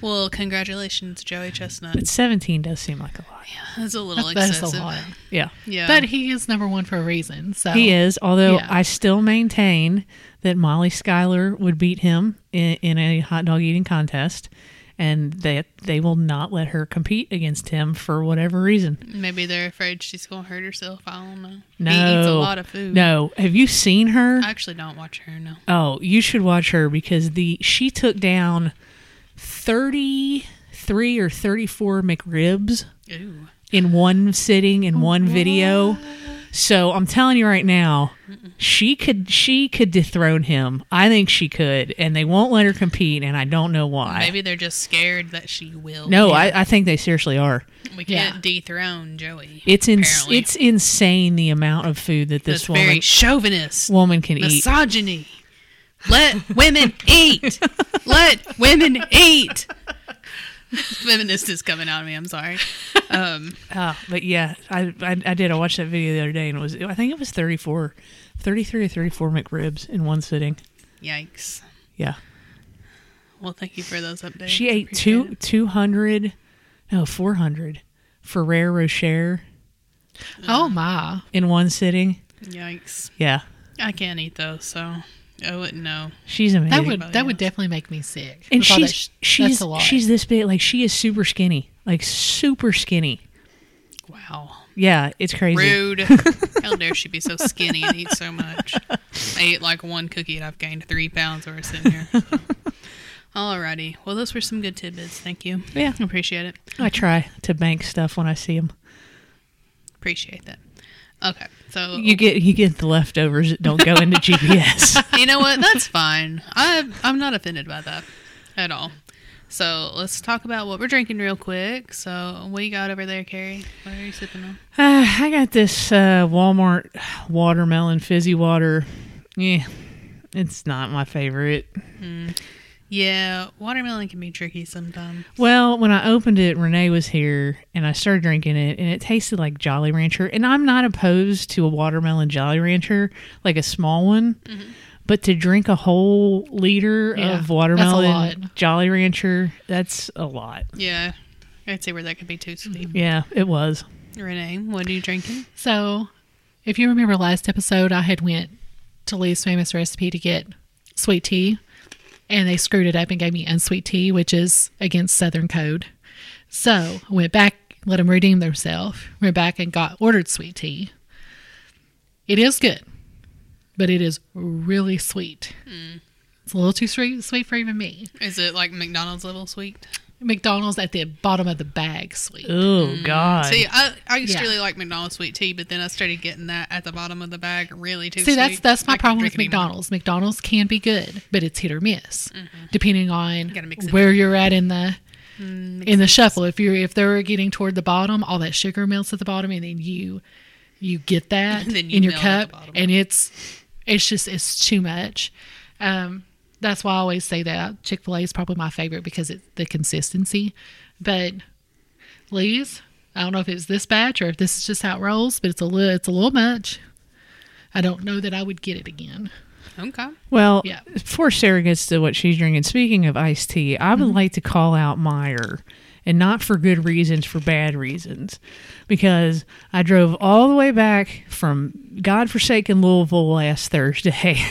Speaker 1: Well, congratulations, Joey Chestnut.
Speaker 3: But 17 does seem like a lot.
Speaker 1: That's a little
Speaker 2: That is
Speaker 1: excessive.
Speaker 2: a lot.
Speaker 3: Yeah.
Speaker 1: Yeah,
Speaker 2: But he is number one for a reason. So
Speaker 3: He is, although
Speaker 2: Yeah.
Speaker 3: I still maintain that Molly Schuyler would beat him in, in a hot dog eating contest and that they will not let her compete against him for whatever reason.
Speaker 1: maybe they're afraid she's gonna hurt herself. I don't know.
Speaker 3: No.
Speaker 1: he eats a lot of food.
Speaker 3: No. Have you seen her?
Speaker 1: I actually don't watch her. No,
Speaker 3: Oh, you should watch her because the she took down 33 or 34 McRibs
Speaker 1: ooh,
Speaker 3: in one sitting in one video. So I'm telling you right now, she could she could dethrone him. I think she could, and they won't let her compete, and I don't know why.
Speaker 1: maybe they're just scared that she will.
Speaker 3: no, I, I think they seriously are.
Speaker 1: we can't
Speaker 2: Yeah.
Speaker 1: dethrone Joey.
Speaker 3: It's ins-
Speaker 1: Apparently.
Speaker 3: it's insane the amount of food that this
Speaker 1: That's
Speaker 3: woman
Speaker 1: very chauvinist,
Speaker 3: woman can eat.
Speaker 1: misogyny. Let women eat. Let women eat. Feminist is coming out of me. I'm sorry. Um,
Speaker 3: Uh, but yeah, I, I I did. I watched that video the other day, and it was I think it was 34, 33 or 34 McRibs in one sitting.
Speaker 1: yikes.
Speaker 3: Yeah.
Speaker 1: Well, thank you for those updates.
Speaker 3: She ate
Speaker 1: Appreciate
Speaker 3: two
Speaker 1: it.
Speaker 3: two hundred, no four hundred, Ferrero Rocher
Speaker 2: oh my.
Speaker 3: in one sitting.
Speaker 1: Yikes.
Speaker 3: Yeah,
Speaker 1: I can't eat those, so Oh, I wouldn't know.
Speaker 3: she's amazing.
Speaker 2: That would
Speaker 1: Anybody
Speaker 2: that would
Speaker 1: else?
Speaker 2: definitely make me sick.
Speaker 3: and
Speaker 2: with all that
Speaker 3: she's
Speaker 2: sh-
Speaker 3: she's
Speaker 2: that's a lot.
Speaker 3: she's this big. Like she is super skinny, like super skinny.
Speaker 1: Wow.
Speaker 3: Yeah, it's crazy.
Speaker 1: Rude. How dare she be so skinny and eat so much? I ate like one cookie and I've gained three pounds while we're sitting here. So. Alrighty. Well, those were some good tidbits. Thank you.
Speaker 3: Yeah.
Speaker 1: Appreciate it.
Speaker 3: I try to bank stuff when I see them.
Speaker 1: Appreciate that. Okay. So
Speaker 3: You get you get the leftovers that don't go into GPS.
Speaker 1: you know what? That's fine. I I'm not offended by that at all. So let's talk about what we're drinking real quick. So what you got over there, Carrie? What are you sipping on?
Speaker 3: Uh, I got this uh, Walmart watermelon fizzy water. Yeah, it's not my favorite.
Speaker 1: Yeah, watermelon can be tricky sometimes.
Speaker 3: Well, when I opened it, Renee was here and I started drinking it and it tasted like Jolly Rancher. And I'm not opposed to a watermelon Jolly Rancher, like a small one, but to drink a whole liter
Speaker 2: Mm-hmm. Yeah,
Speaker 3: of
Speaker 2: that's a
Speaker 3: watermelon
Speaker 2: lot.
Speaker 3: Jolly Rancher, that's a lot.
Speaker 1: Yeah, I'd say where that could be too sweet.
Speaker 3: Yeah, it was.
Speaker 1: Mm-hmm. Renee, what are you drinking?
Speaker 2: So, if you remember last episode, I had went to Lee's famous recipe to get sweet tea, and they screwed it up and gave me unsweet tea, which is against Southern code. So I went back, let them redeem themselves. Went back and got ordered sweet tea. It is good, but it is really sweet. It's a little too sweet, sweet for even me.
Speaker 1: Is it like McDonald's level sweet?
Speaker 2: McDonald's at the bottom of the bag sweet.
Speaker 3: Oh
Speaker 2: Mm.
Speaker 3: God.
Speaker 1: See, I, I used
Speaker 2: Yeah.
Speaker 1: to really like McDonald's sweet tea, but then I started getting that at the bottom of the bag really too
Speaker 2: See,
Speaker 1: sweet.
Speaker 2: that's that's my
Speaker 1: I couldn't
Speaker 2: problem
Speaker 1: drink
Speaker 2: with
Speaker 1: it anymore.
Speaker 2: McDonald's. McDonald's can be good, but it's hit or miss, depending on
Speaker 1: Mm-hmm. Gotta mix it Mm,
Speaker 2: where you're at in the in the shuffle. If you're if they're getting toward the bottom, all that sugar melts at the bottom, and then you you get that
Speaker 1: Then you
Speaker 2: in your
Speaker 1: melt at the
Speaker 2: cup,
Speaker 1: bottom.
Speaker 2: and it's it's just it's too much. Um, that's why I always say that Chick Fil A is probably my favorite because it's the consistency. But Lee's, I don't know if it's this batch or if this is just how it rolls, but it's a little it's a little much. I don't know that I would get it again.
Speaker 1: Okay.
Speaker 3: Well,
Speaker 2: Yeah.
Speaker 3: before Sarah gets to what she's drinking, speaking of iced tea, I would like to call out Meyer, and not for good reasons, for bad reasons, because I drove all the way back from godforsaken Louisville last Thursday.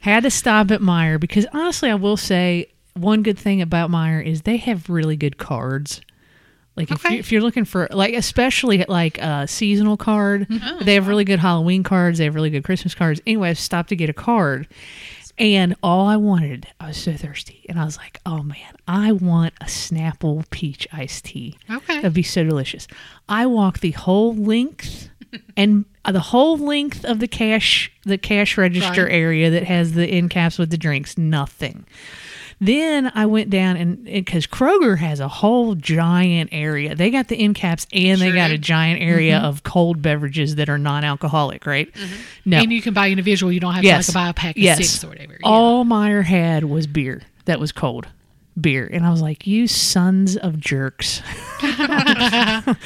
Speaker 3: Had to stop at Meyer because honestly, I will say one good thing about Meyer is they have really good cards. Like if,
Speaker 2: Okay.
Speaker 3: you, if you're looking for like especially like a seasonal card, they have really good Halloween cards. They have really good Christmas cards. Anyway, I stopped to get a card, and all I wanted, I was so thirsty, and I was like, oh man, I want a Snapple peach iced tea.
Speaker 2: Okay.
Speaker 3: that'd be so delicious. I walked the whole length. And uh, the whole length of the cash, the cash register
Speaker 2: Right.
Speaker 3: area that has the end caps with the drinks, nothing. Then I went down and because Kroger has a whole giant area. They got the end caps and they
Speaker 1: Sure
Speaker 3: got
Speaker 1: do.
Speaker 3: a giant
Speaker 2: Mm-hmm.
Speaker 3: area of cold beverages that are non-alcoholic, right? No,
Speaker 2: And you can buy individual. You don't have
Speaker 3: yes,
Speaker 2: to like buy a pack of
Speaker 3: yes.
Speaker 2: six or whatever. Yeah.
Speaker 3: All Meyer had was beer that was cold. Beer. And I was like, you sons of jerks.
Speaker 1: You son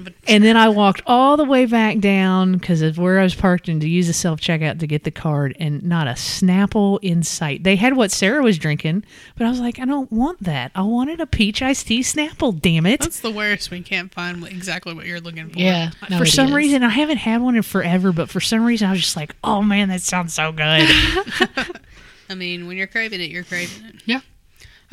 Speaker 1: of a.
Speaker 3: And then I walked all the way back down because of where I was parked and to use the self checkout to get the card, and not a Snapple in sight. They had what Sarah was drinking, but I was like, I don't want that. I wanted a peach iced tea Snapple, damn it.
Speaker 1: That's the worst. We can't find what, exactly what you're looking for.
Speaker 2: yeah. no,
Speaker 3: for
Speaker 2: it
Speaker 3: some
Speaker 2: is.
Speaker 3: reason, I haven't had one in forever, but for some reason, I was just like, oh man, that sounds so good.
Speaker 1: I mean, when you're craving it, you're craving it.
Speaker 2: Yeah.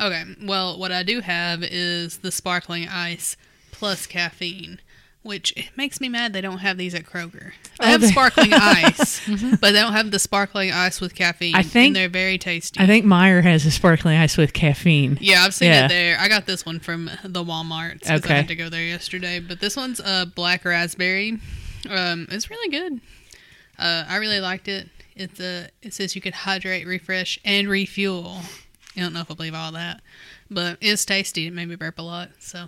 Speaker 1: Okay. Well, what I do have is the sparkling ice plus caffeine, which it makes me mad they don't have these at Kroger. They
Speaker 3: Oh,
Speaker 1: have
Speaker 3: they- Mm-hmm.
Speaker 1: sparkling ice, but they don't have the sparkling ice with caffeine.
Speaker 3: I think-
Speaker 1: and they're very tasty.
Speaker 3: I think Meyer has a sparkling ice with caffeine.
Speaker 1: yeah, I've seen
Speaker 3: Yeah.
Speaker 1: it there. I got this one from the Walmart because
Speaker 3: Okay.
Speaker 1: I had to go there yesterday. But this one's a black raspberry. Um, it's really good. Uh, I really liked it. It's a, it says you could hydrate, refresh, and refuel. I don't know if I believe all that, but it's tasty. It made me burp a lot, so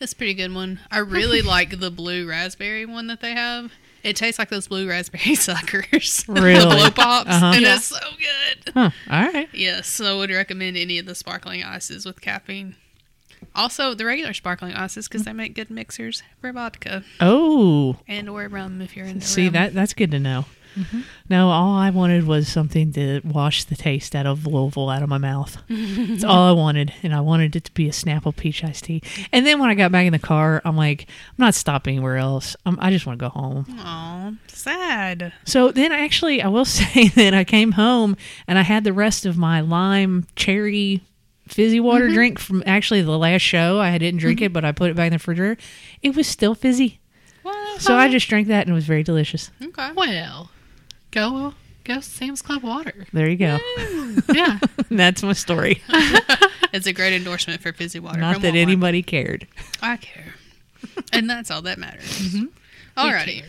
Speaker 1: it's a pretty good one. I really like the blue raspberry one that they have. It tastes like those blue raspberry suckers,
Speaker 3: Really?
Speaker 1: the blow pops,
Speaker 3: Uh-huh.
Speaker 1: and
Speaker 2: Yeah.
Speaker 1: it's so good.
Speaker 3: Huh. All right.
Speaker 1: Yes, so I would recommend any of the sparkling ices with caffeine. Also, the regular sparkling ices because they make good mixers for vodka
Speaker 3: Oh,
Speaker 1: and or rum if you're in the
Speaker 3: see
Speaker 1: rum.
Speaker 3: that that's good to know. No, all I wanted was something to wash the taste out of Louisville out of my mouth. That's all I wanted, and I wanted it to be a Snapple peach iced tea. And then when I got back in the car, I'm like, I'm not stopping anywhere else. i I just want to go home.
Speaker 1: Aw, sad.
Speaker 3: So then, actually, I will say that I came home and I had the rest of my lime cherry fizzy water drink from actually the last show. I didn't drink it, but I put it back in the refrigerator. It was still fizzy,
Speaker 1: Well,
Speaker 3: so I just drank that, and it was very delicious.
Speaker 1: okay.
Speaker 2: Well, go go Sam's Club water.
Speaker 3: There you go.
Speaker 2: Yeah.
Speaker 3: That's my story.
Speaker 1: It's a great endorsement for fizzy water.
Speaker 3: Not
Speaker 1: from
Speaker 3: that
Speaker 1: Walmart.
Speaker 3: anybody cared.
Speaker 1: I care, and that's all that matters.
Speaker 3: Mm-hmm.
Speaker 1: Alrighty.
Speaker 2: care.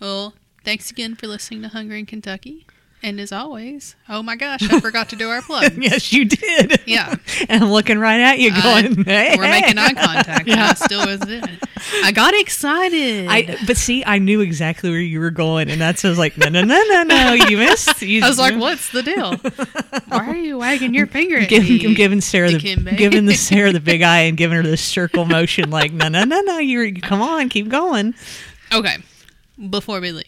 Speaker 1: Well, thanks again for listening to Hungry in Kentucky. And as always, oh my gosh, I forgot to do our plug.
Speaker 3: Yes, you did.
Speaker 1: Yeah.
Speaker 3: and I'm looking right at you,
Speaker 1: I-
Speaker 3: going, hey.
Speaker 1: We're making eye contact. and I still was in. I got excited.
Speaker 3: I, but see, I knew exactly where you were going, and that's I was like, no, no, no, no, no, you missed. You,
Speaker 1: I was like, "What's the deal? Why are you wagging your finger at me?"
Speaker 3: Giving, I'm giving Sarah the,
Speaker 1: Dikembe.
Speaker 3: giving the Sarah the big eye and giving her this circle motion, like, no, no, no, no, you're come on, keep going.
Speaker 1: okay, before we leave,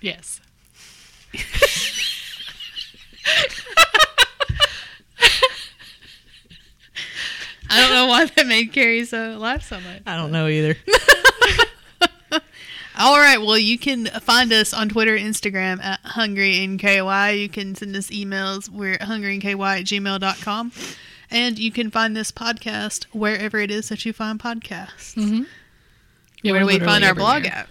Speaker 2: Yes.
Speaker 1: I don't know why that made Carrie so laugh so much.
Speaker 3: I don't know either.
Speaker 1: All right. Well, you can find us on Twitter, Instagram at Hungry in KY. You can send us emails. We're hungryinky at gmail.com. And you can find this podcast wherever it is that you find podcasts.
Speaker 2: Yeah,
Speaker 1: Where do
Speaker 2: we're
Speaker 1: we find
Speaker 2: literally
Speaker 1: our blog
Speaker 2: everywhere.
Speaker 1: at?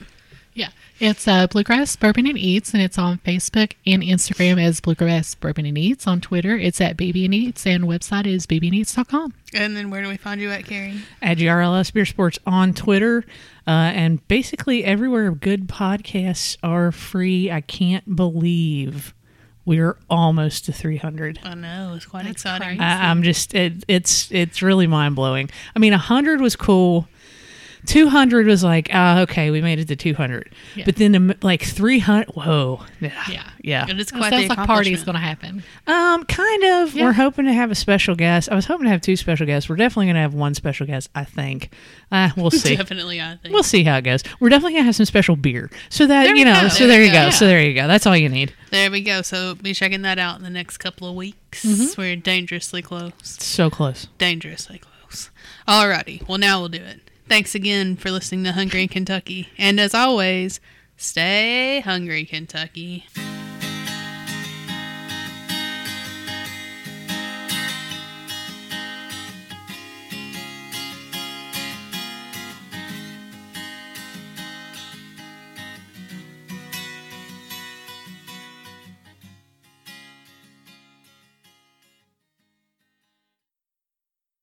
Speaker 2: Yeah, it's uh, Bluegrass Bourbon and Eats, and it's on Facebook and Instagram as Bluegrass Bourbon and Eats. On Twitter, it's at Baby and Eats, and website is babyandeats.com.
Speaker 1: And then where do we find you at, Carrie?
Speaker 3: at GRLS Beer Sports on Twitter, uh, and basically everywhere good podcasts are free. I can't believe we're almost to 300.
Speaker 1: I know, it's quite
Speaker 2: That's
Speaker 1: exciting.
Speaker 2: crazy.
Speaker 3: I, I'm just it, it's it's really mind blowing. I mean, 100 was cool. 200 was like, ah, okay, we made it to 200.
Speaker 2: Yeah.
Speaker 3: But then um, like 300, whoa. Yeah.
Speaker 2: Yeah.
Speaker 3: Yeah.
Speaker 1: And it's
Speaker 2: It
Speaker 1: quite
Speaker 2: sounds
Speaker 1: the
Speaker 2: like party's
Speaker 1: accomplishment.
Speaker 2: going to happen.
Speaker 3: Um, kind of.
Speaker 2: Yeah.
Speaker 3: We're hoping to have a special guest. I was hoping to have two special guests. We're definitely going to have one special guest, I think. Uh, we'll see.
Speaker 1: Definitely, I think.
Speaker 3: We'll see how it goes. We're definitely gonna have some special beer, so that
Speaker 1: There we
Speaker 3: you know.
Speaker 1: go.
Speaker 3: So there you go. So there you go. That's all you need.
Speaker 1: there we go. So be checking that out in the next couple of weeks. We're dangerously close.
Speaker 3: So close.
Speaker 1: Dangerously close. Alrighty. Well, now we'll do it. Thanks again for listening to Hungry in Kentucky. And as always, stay hungry, Kentucky.